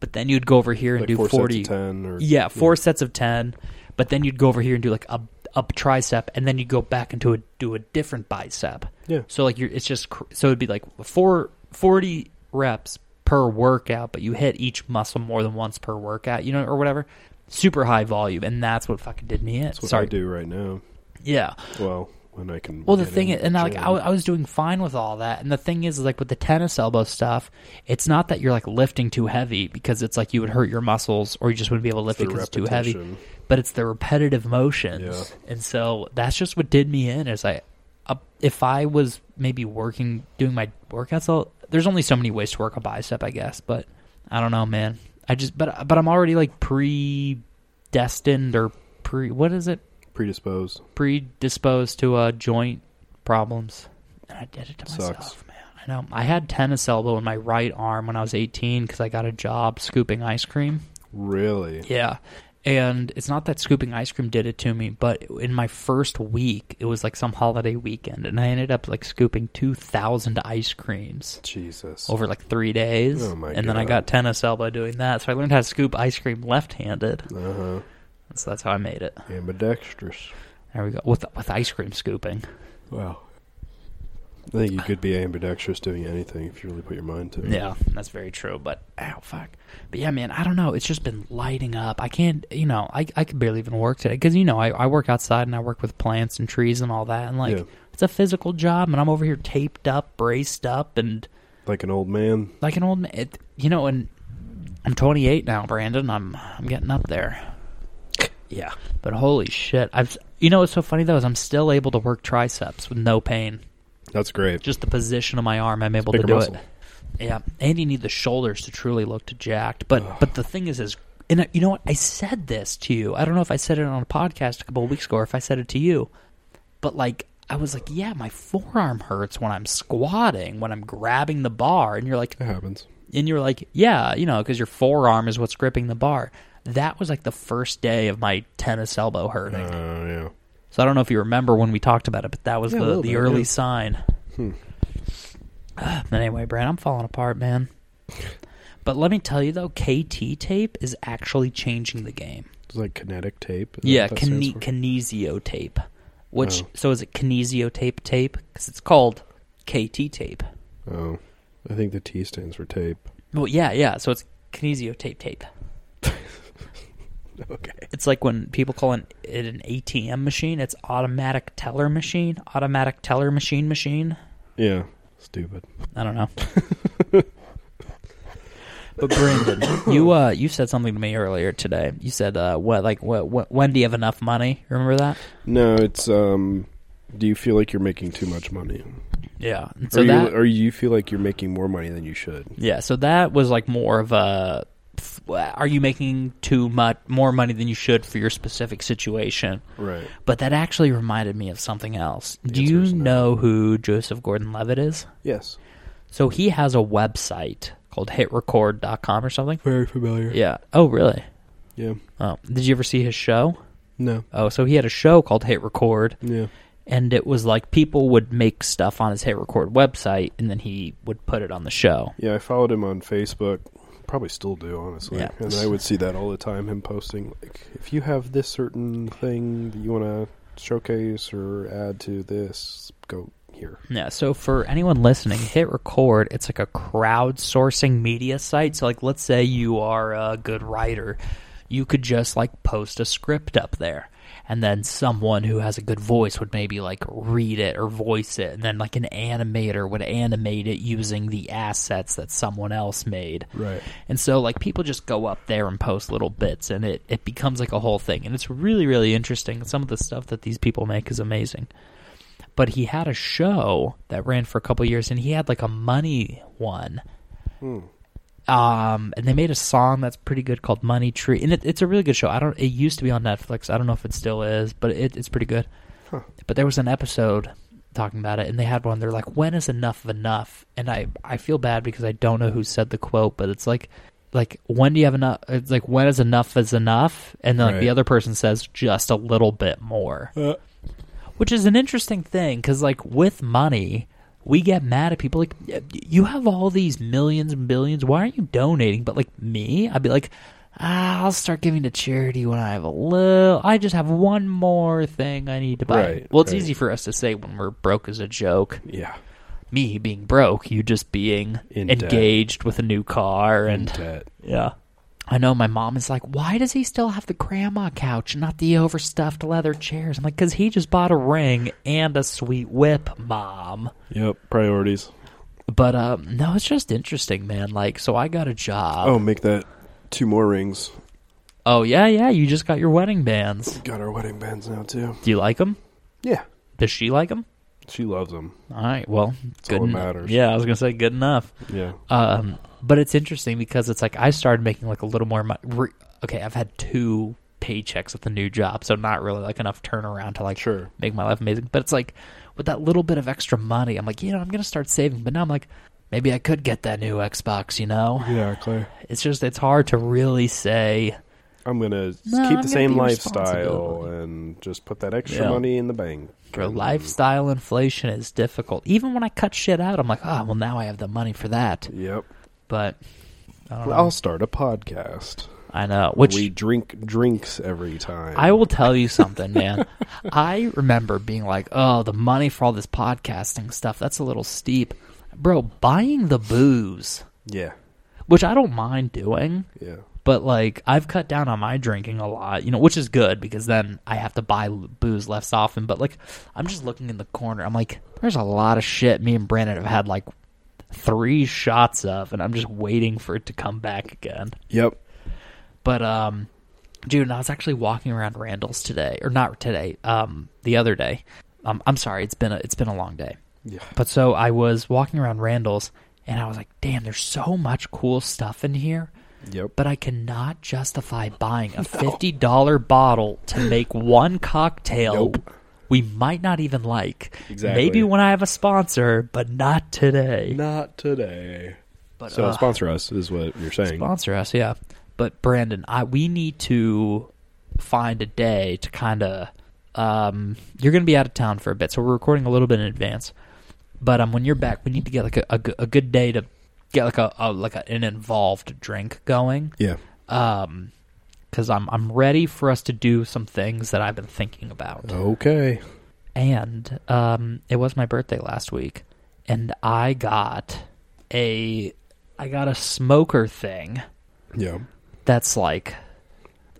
But then you'd go over here and
like
do
four
forty.
sets of ten or
Yeah, four sets of ten. But then you'd go over here and do like a a tricep, and then you go back into a do a different bicep.
Yeah.
So like you're it's just cr- so it'd be like four 40 reps per workout, but you hit each muscle more than once per workout, you know, or whatever. Super high volume, and that's what fucking did me in.
That's what
Sorry,
I do right now.
yeah.
Well, when I can.
Well, the
get
thing
in
is, and
the
I, like
gym.
I, I was doing fine with all that. And the thing is, is, like with the tennis elbow stuff, it's not that you're like lifting too heavy because it's like you would hurt your muscles or you just wouldn't be able to lift
the
it because it's too heavy.
repetition.
But it's the repetitive motions, and so that's just what did me in. Is I, uh, if I was maybe working doing my workouts, all, there's only so many ways to work a bicep, I guess. But I don't know, man. I just but but I'm already like predestined or pre what is it
predisposed.
predisposed to uh, joint problems. And I did it to
Sucks.
myself, man. I know. I had tennis elbow in my right arm when I was 18 because I got a job scooping ice cream.
Really?
Yeah. And it's not that scooping ice cream did it to me, but in my first week, it was like some holiday weekend, and I ended up like scooping 2,000 ice creams
Jesus.
over like three days.
Oh, my
and then I
God.
got tennis elbow doing that. So I learned how to scoop ice cream left handed.
Uh huh.
So that's how I made it.
Ambidextrous.
There we go. With, with ice cream scooping.
Wow. I think you could be ambidextrous doing anything if you really put your mind to it.
Yeah, that's very true. But oh fuck. But yeah, man, I don't know. It's just been lighting up. I can't, you know, I I could barely even work today because you know I, I work outside and I work with plants and trees and all that, and like
Yeah.
it's a physical job, and I'm over here taped up, braced up, and
Like an old man.
like an old man. It, you know, and I'm 28 now, Brandon. I'm I'm getting up there. Yeah, but holy shit! I've you know what's so funny though is I'm still able to work triceps with no pain.
That's great.
Just the position of my arm, I'm able to
Bigger
do
muscle.
it. Yeah, and you need the shoulders to truly look to jacked. But but the thing is, is and I- you know what? I said this to you. I don't know if I said it on a podcast a couple of weeks ago or if I said it to you. But like, I was like, yeah, my forearm hurts when I'm squatting, when I'm grabbing the bar, and you're like,
It happens.
and you're like, yeah, you know, because your forearm is what's gripping the bar. That was like the first day of my tennis elbow hurting.
Oh, yeah.
So I don't know if you remember when we talked about it, but that was
Yeah, a
the,
little
the
bit,
early
yeah. Hmm.
sign. But anyway, Brad, I'm falling apart, man. But let me tell you though, KT tape is actually changing the game.
It's like kinetic tape. Is that
yeah,
what that stands
kine-
for?
kinesio tape. Which
Oh.
so is it kinesio tape tape? Because it's called KT tape.
Oh. I think the T stands for tape.
Well, yeah, yeah. So it's kinesio tape tape.
Okay.
It's like when people call an, it an ATM machine. It's automatic teller machine. Automatic teller machine machine.
Yeah. Stupid.
I don't know. but Brandon, you uh, you said something to me earlier today. You said, uh, "What like what, what? When do you have enough money?" Remember that?
No, it's um. Do you feel like you're making too much money?
Yeah. And so
or,
that
you, or you feel like you're making more money than you should?
yeah. So that was like more of a. f- Are you making too much more money than you should for your specific situation?
Right.
But that actually reminded me of something else. Do
answer
you
is no.
know who Joseph Gordon-Levitt is?
Yes.
So he has a website called hitrecord.com or something.
Very familiar.
Yeah. Oh, really?
Yeah.
Oh, did you ever see his show?
No.
Oh, so he had a show called Hit Record,
Yeah.
and it was like people would make stuff on his Hit Record website, and then he would put it on the show.
Yeah, I followed him on Facebook. Probably still do, honestly.
Yeah.
And I would see that all the time, him posting, like, if you have this certain thing that you want to showcase or add to this, go here.
Yeah. So for anyone listening, Hit Record, it's like a crowdsourcing media site. So like, let's say you are a good writer, you could just like post a script up there. And then someone who has a good voice would maybe like read it or voice it. And then like an animator would animate it using the assets that someone else made.
Right.
And so like people just go up there and post little bits and it, it becomes like a whole thing. And it's really, really interesting. Some of the stuff that these people make is amazing. But he had a show that ran for a couple years and he had like a money one.
Hmm.
Um, and they made a song that's pretty good called Money Tree. And it, it's a really good show. I don't it used to be on Netflix. I don't know if it still is, but it, it's pretty good. But there was an episode talking about it, and they had one. They're like, "When is enough of enough?" And I, I feel bad because I don't know who said the quote, but it's like, like when do you have enough? It's like when is enough is enough, and then like, the
Right.
other person says just a little bit more,
Uh,
which is an interesting thing because like with money. We get mad at people like "Y- you have all these millions and billions. Why aren't you donating? But like me, I'd be like, ah, I'll start giving to charity when I have a little. I just have one more thing I need to buy.
Right,
well, it's
right.
easy for us to say when we're broke is a joke.
Yeah.
Me being broke, you just being
In debt.
engaged with a new car and
Debt.
yeah. I know my mom is like, why does he still have the grandma couch and not the overstuffed leather chairs? I'm like, because he just bought a ring and a sweet whip, mom.
Yep. Priorities.
But um, no, it's just interesting, man. Like, so I got a job.
Oh, make that two more rings.
oh yeah, yeah. You just got your wedding bands.
Got our wedding bands now, too.
Do you like them?
Yeah.
Does she like them?
She loves them.
All right. Well, good.
all that
enou-
matters.
Yeah, I was gonna say good enough.
Yeah.
Um, but it's interesting because it's like I started making like a little more money. Re- okay, I've had two paychecks at the new job, so not really like enough turnaround to like
Sure.
make my life amazing. But it's like with that little bit of extra money, I'm like, you know, I'm gonna start saving. But now I'm like, maybe I could get that new Xbox. You know,
Yeah, Claire.
it's just it's hard to really say.
I'm gonna s-
No, I'm
keep
gonna
the same
be
lifestyle
responsible.
and just put that extra
Yeah.
money in the bank.
Bro,
and-
lifestyle inflation is difficult. Even when I cut shit out, I'm like, ah, well, now I have the money for that.
Yep.
But I don't know.
I'll start a podcast.
I know. Which
we drink drinks every time.
I will tell you something, man. I remember being like, oh, the money for all this podcasting stuff, that's a little steep. Bro, buying the booze,
Yeah.
which I don't mind doing,
Yeah.
but like I've cut down on my drinking a lot, you know, which is good because then I have to buy l- booze less often. But like, I'm just looking in the corner. I'm like, there's a lot of shit me and Brandon have had like three shots of, and I'm just waiting for it to come back again.
Yep.
But um, dude, and I was actually walking around Randall's today, or not today, um, the other day. Um, I'm sorry, it's been a, it's been a long day.
Yeah.
But so I was walking around Randall's, and I was like, damn, there's so much cool stuff in here.
Yep.
But I cannot justify buying a fifty dollar bottle to make one cocktail.
Nope.
We might not even like.
Exactly.
Maybe when I have a sponsor, but not today.
Not today.
But,
So
uh,
sponsor us is what you're saying.
sponsor us, yeah. But Brandon, I we need to find a day to kind of. Um, you're going to be out of town for a bit, so we're recording a little bit in advance. But um, when you're back, we need to get like a, a, go- a good day to get like a, a like a, an involved drink going.
yeah.
Um, because I'm I'm ready for us to do some things that I've been thinking about
Okay.
and um, it was my birthday last week, and I got a I got a smoker thing
Yeah.
that's like,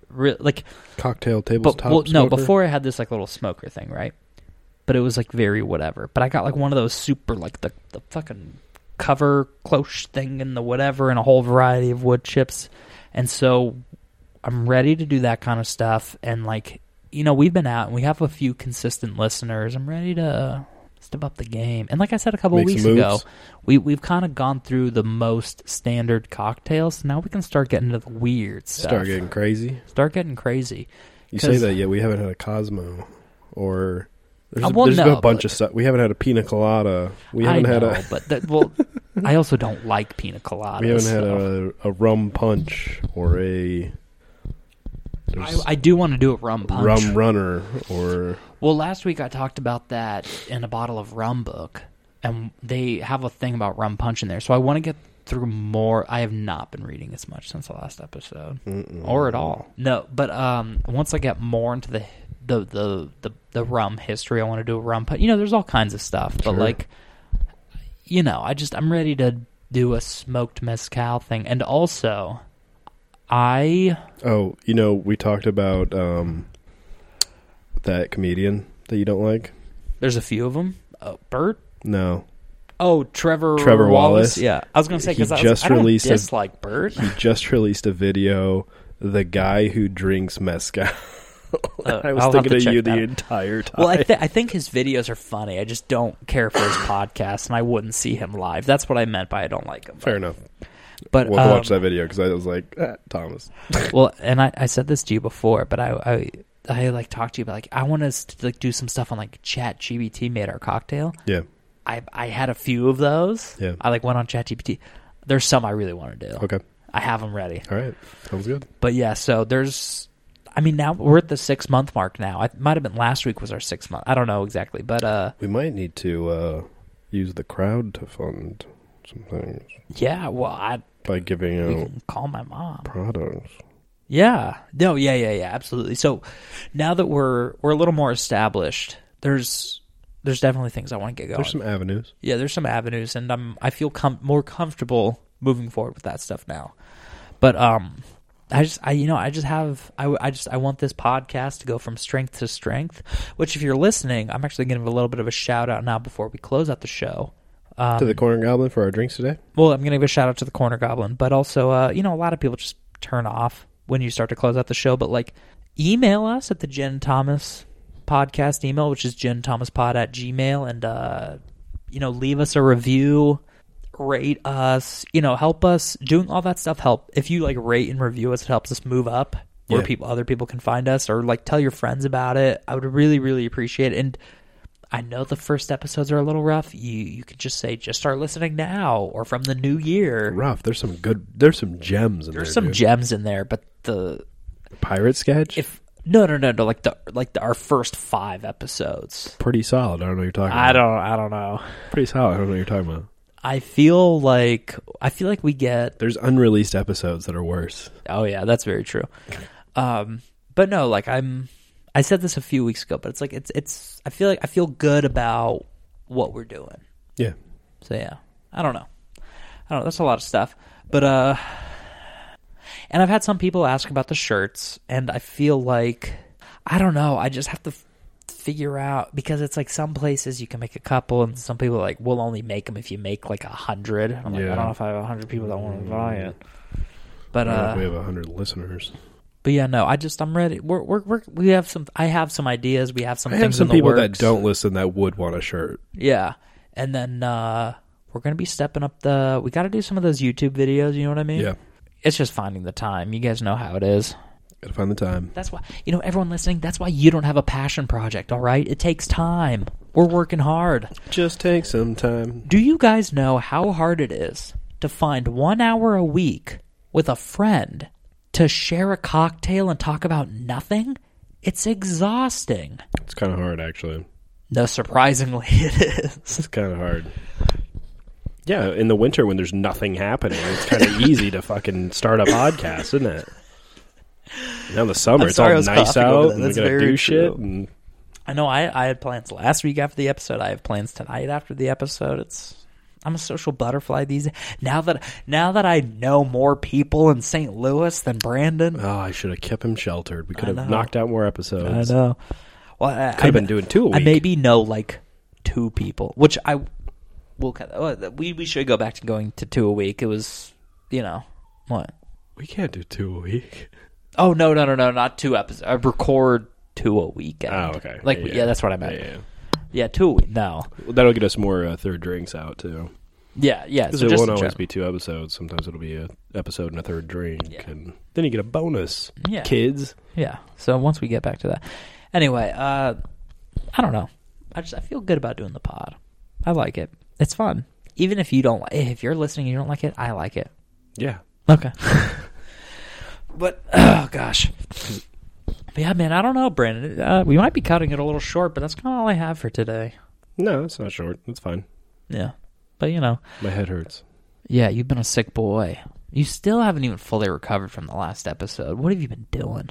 re- like,
Cocktail
but
tabletop.
well, no,
smoker?
before I had this like little smoker thing, right? But it was like very whatever. But I got like one of those super like the the fucking cover cloche thing and the whatever and a whole variety of wood chips, and so I'm ready to do that kind of stuff. And like you know, we've been out and we have a few consistent listeners. I'm ready to uh, step up the game. And like I said a couple
Make some
weeks ago,
moves.
we we've kind of gone through the most standard cocktails. So now we can start getting to the weird stuff.
Start getting crazy.
start getting crazy.
You say
'Cause-
that yet we haven't had a Cosmo or there's,
Uh,
a,
well,
there's
no,
a bunch
but-
of stuff. We haven't had a pina colada. We
I
haven't had
know,
a
but that, well, I also don't like pina coladas.
we haven't had
so.
a, a rum punch or a
I,
there's
I do want to do a rum punch.
rum runner or
Well, last week I talked about that in a bottle of rum book, and they have a thing about rum punch in there. So I want to get through more. I have not been reading as much since the last episode, or at all. No, but um, once I get more into the the the the, the rum history, I want to do a rum punch. You know, there's all kinds of stuff, but
Sure.
like, you know, I just I'm ready to do a smoked mezcal thing, and also. I
oh you know we talked about um that comedian that you don't like
there's a few of them. Uh, Bert,
no
Oh, Trevor
Trevor Wallace.
Yeah, I was gonna say
He
because I, was-
just
I don't
released a-
dislike Bert.
he just released a video the guy who drinks mezcal
Uh,
I was
I'll have
thinking
to
of
check
you the
that out.
entire time
Well, I, th- I think his videos are funny. I just don't care for his podcast, and I wouldn't see him live. That's what I meant by I don't like him.
fair enough
But
we'll
um,
watch that video because I was like ah, Thomas
well, and I, I said this to you before, but I I, I like talked to you about like I want us to like do some stuff on like Chat GBT made our cocktail.
yeah
I I had a few of those.
Yeah.
I like went on Chat GPT. There's some I really want to do.
okay
I have them ready.
all right sounds good
But yeah, so there's. I mean, now we're at the six month mark now. It might have been last week was our six month. I don't know exactly, but uh,
we might need to uh use the crowd to fund some things
yeah. Well, I
by giving
we
out
can call my mom.
products
Yeah. No. Yeah. Yeah. Yeah. Absolutely. So now that we're we're a little more established, there's there's definitely things I want to get going.
there's some avenues
yeah, there's some avenues, and I'm I feel com- more comfortable moving forward with that stuff now. But um, I just I you know I just have I w- I just I want this podcast to go from strength to strength. Which, if you're listening, I'm actually going to give a little bit of a shout out now before we close out the show. Um,
to the corner goblin for our drinks today
Well, I'm going to give a shout out to the Corner Goblin, but also uh, you know a lot of people just turn off when you start to close out the show. But like, email us at the Jen Thomas podcast email, which is Jen Thomas Pod at Gmail, and uh, you know leave us a review rate us you know help us doing all that stuff help if you like rate and review us it helps us move up where
Yeah.
people other people can find us or like tell your friends about it. I would really really appreciate it. And I know the first episodes are a little rough. You you could just say just start listening now or from the new year.
Rough. There's some good. There's some gems in
There's
there.
some
dude.
gems in there, but the
pirate sketch.
if no no no no like the like the, our first 5 episodes.
pretty solid. I don't know what you're talking.
I
about.
don't I don't know.
Pretty solid. I don't know what you're talking about.
I feel like I feel like we get
There's unreleased episodes that are worse.
Oh yeah, that's very true. Um, but no, like I'm, I said this a few weeks ago, but it's like it's it's. I feel like I feel good about what we're doing.
Yeah.
So yeah, I don't know. I don't. know. That's a lot of stuff, but uh, and I've had some people ask about the shirts, and I feel like I don't know. I just have to f- figure out because it's like some places you can make a couple, and some people are like we'll only make them if you make like a hundred. I'm like I
Yeah.
don't know if I have a hundred people that want to buy it, but
I don't know
uh,
if we have hundred listeners.
but yeah, no, I just I'm ready. We're we're, we're we have some. I have some ideas. We have some.
I
things
have some
in the
people
works.
that don't listen that would want a shirt.
Yeah, and then uh we're gonna be stepping up the. We got to do some of those YouTube videos. You know what I mean?
Yeah.
It's just finding the time. You guys know how it is.
Gotta find the time.
That's why you know everyone listening. That's why you don't have a passion project. All right, it takes time. We're working hard.
Just take some time.
Do you guys know how hard it is to find one hour a week with a friend to share a cocktail and talk about nothing? It's exhausting.
It's kind of hard, actually.
No, surprisingly, it is.
It's kind of hard. Yeah, in the winter when there's nothing happening, it's kind of easy to fucking start a podcast, isn't it? Now in the summer,
I'm
it's
sorry I
all
was
nice
coughing over
out,
that.
and we
That's
gotta
very
do
true.
shit. And
I know I, I had plans last week after the episode. I have plans tonight after the episode. It's I'm a social butterfly these now that now that I know more people in St. Louis than Brandon.
oh, I should have kept him sheltered. We could
know.
have knocked out more
I
episodes.
know. Well, I,
Could
I-
have been doing two a week.
I maybe know like two people, which I will. cut- oh, We we should go back to going to two a week. It was you know what?
we can't do two a week.
Oh no no no no not two episodes. I record two a weekend.
Oh, okay.
Like yeah, that's what I meant.
Yeah,
Yeah, two a week. No.
Well, that'll get us more uh, third drinks out too.
Yeah, yeah.
Because
So
it
just
won't
in
always
general.
be two episodes. Sometimes it'll be a episode and a third drink,
Yeah.
and then you get a bonus.
Yeah.
Kids,
yeah. So once we get back to that, anyway, uh, I don't know. I just I feel good about doing the pod. I like it. It's fun. Even if you don't, li- if you're listening, and you don't like it. I like it.
yeah.
Okay. but oh gosh. But yeah, man. I don't know, Brandon. Uh, we might be cutting it a little short, but that's kind of all I have for today.
No, it's not short. It's fine.
Yeah. But you know,
My head hurts.
yeah, you've been a sick boy. You still haven't even fully recovered from the last episode. What have you been doing?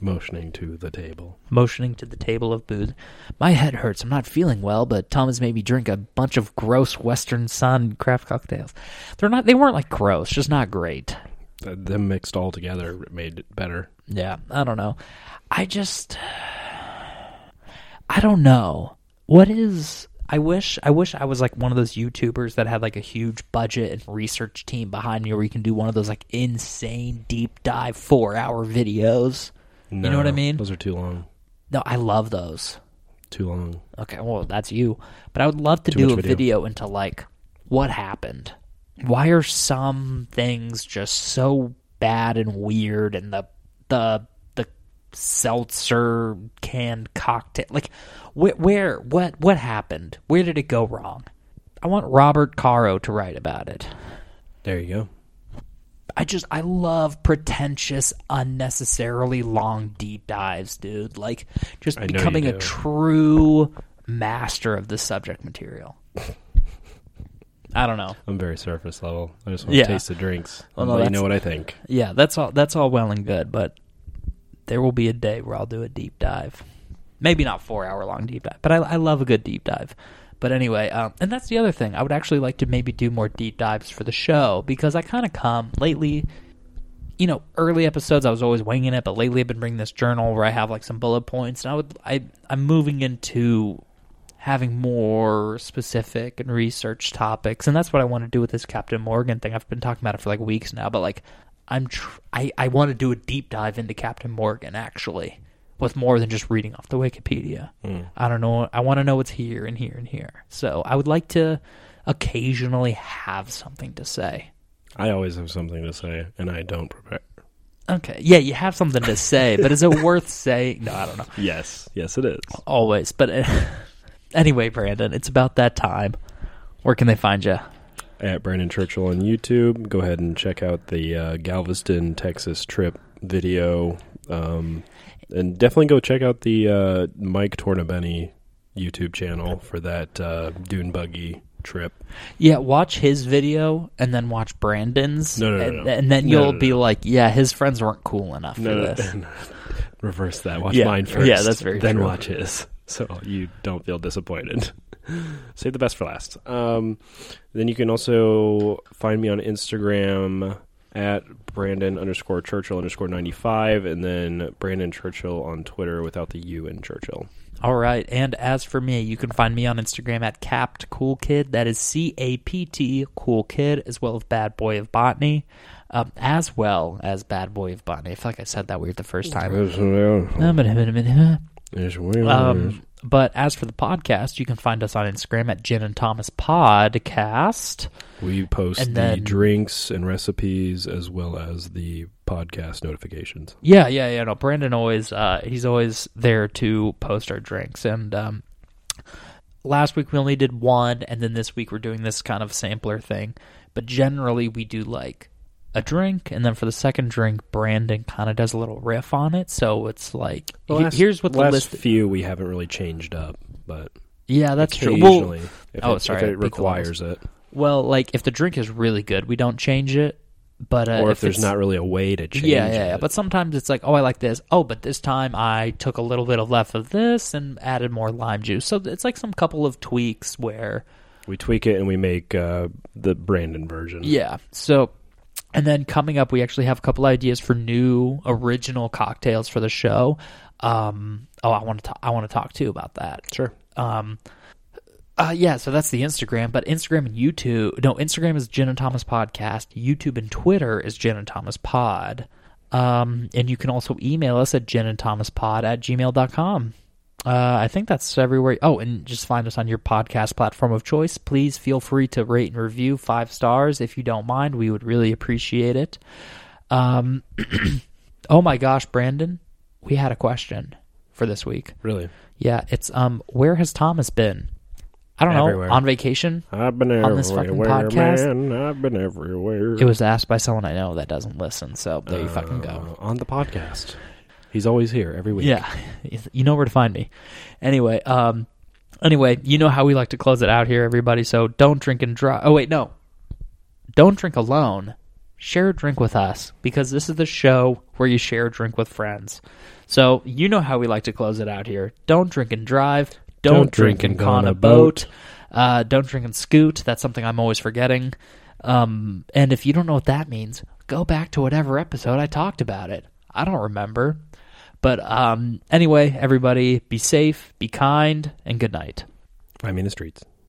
Motioning to the table.
motioning to the table of booze. My head hurts. I'm not feeling well, but Tom has made me drink a bunch of gross Western Sun craft cocktails. They're not. They weren't like gross, just not great.
Th- Them mixed all together made it better.
Yeah, I don't know. I just, I don't know. What is? I wish. I wish I was like one of those YouTubers that had like a huge budget and research team behind me, where you can do one of those like insane deep dive four hour videos. you know what I
No,
mean?
Those are too long.
No, I love those.
Too long.
Okay, well, that's you. But I would love to
Too
do
much
a video.
video.
into like what happened. Why are some things just so bad and weird and the the the seltzer canned cocktail like wh- where what what happened? Where did it go wrong? I want Robert Caro to write about it.
There you go.
I just I love pretentious, unnecessarily long deep dives, dude. Like just
I know you
becoming a
do.
true master of the subject material. I don't know.
I'm very surface level. I just want to
Yeah.
taste the drinks.
Well,
Well,
no,
let you
that's-
know what I think.
Yeah, that's all that's all well and good, but there will be a day where I'll do a deep dive. Maybe not four hour long deep dive, but I, I love a good deep dive. But anyway, um, and that's the other thing. I would actually like to maybe do more deep dives for the show because I kind of come lately. You know, early episodes I was always winging it, but lately I've been bringing this journal where I have like some bullet points, and I would I I'm moving into having more specific and research topics and that's what i want to do with this captain morgan thing i've been talking about it for like weeks now but like i'm tr- i i want to do a deep dive into captain morgan actually with more than just reading off the wikipedia i don't know i want to know what's here and here and here so i would like to occasionally have something to say
I always have something to say, and I don't prepare.
Okay. Yeah, you have something to say, but is it worth saying? No, I don't know.
Yes, yes, it is.
Always. But uh, anyway, Brandon, it's about that time. Where can they find you?
At Brandon Churchill on YouTube. Go ahead and check out the uh, Galveston, Texas trip video, um, and definitely go check out the uh, Mike Tornabene YouTube channel for that uh, dune buggy trip.
Yeah, watch his video and then watch Brandon's.
No, no, no,
and,
no.
and then
No,
you'll
no, no.
be like, yeah, his friends weren't cool enough for
No,
this.
reverse that. Watch
Yeah.
mine first.
Yeah, that's very
Then
true.
watch his, so you don't feel disappointed. Save the best for last. Um, then you can also find me on Instagram at Brandon underscore Churchill underscore ninety five, and then Brandon Churchill on Twitter without the U in Churchill.
All right. And as for me, you can find me on Instagram at Capped Cool Kid. That is C A P T E, Cool Kid, as well as Bad Boy of Botany, um, as well as Bad Boy of Botany. I feel like I said that weird the first time. Um, but as for the podcast, you can find us on Instagram at Jen and Thomas Podcast.
we post
and
the
then-
drinks and recipes as well as the podcast notifications.
Yeah, yeah, yeah. No, Brandon always uh, he's always there to post our drinks. And um, last week we only did one, and then this week we're doing this kind of sampler thing. But generally we do like a drink, and then for the second drink, Brandon kind of does a little riff on it. So it's like he- here's what the
last
list.
few we haven't really changed up, but
yeah, that's true. Well,
occasionally if
oh,
it,
sorry,
if
I
it
beat the
requires it,
well, like if the drink is really good, we don't change it. But uh,
or if, there's
it's-
not really a way to change.
yeah, yeah, yeah.
it.
But sometimes it's like, oh, I like this. Oh, but this time I took a little bit of left of this and added more lime juice. So it's like some couple of tweaks where,
we tweak it and we make uh, the Brandon version.
yeah. So, and then coming up, we actually have a couple ideas for new original cocktails for the show. Um, oh, I want to, I want to talk too about that.
sure.
Um, uh, yeah, so that's the Instagram, but Instagram and YouTube. No, Instagram is Jen and Thomas Podcast. YouTube and Twitter is Jen and Thomas Pod. Um, and you can also email us at Jen and Thomas Pod at gmail.com. Uh, I think that's everywhere. Oh, and just find us on your podcast platform of choice. Please feel free to rate and review five stars if you don't mind. We would really appreciate it. Um, oh my gosh, Brandon, we had a question for this week.
Really,
Yeah, it's um where has Thomas been? I don't
Everywhere.
know. On vacation?
I've been everywhere,
On this fucking podcast?
man. I've been everywhere.
It was asked by someone I know that doesn't listen, so there you fucking go.
Uh, on the podcast. He's always here every week.
Yeah. You know where to find me. Anyway, um anyway, you know how we like to close it out here, everybody, so don't drink and drive. Oh wait, no. Don't drink alone. Share a drink with us because this is the show where you share a drink with friends. So you know how we like to close it out here. Don't drink and drive. Don't, drink and con a boat. Uh, don't drink and scoot. That's something I'm always forgetting. Um, and if you don't know what that means, go back to whatever episode I talked about it. I don't remember. But um, anyway, everybody, be safe, be kind, and good night.
I mean the streets.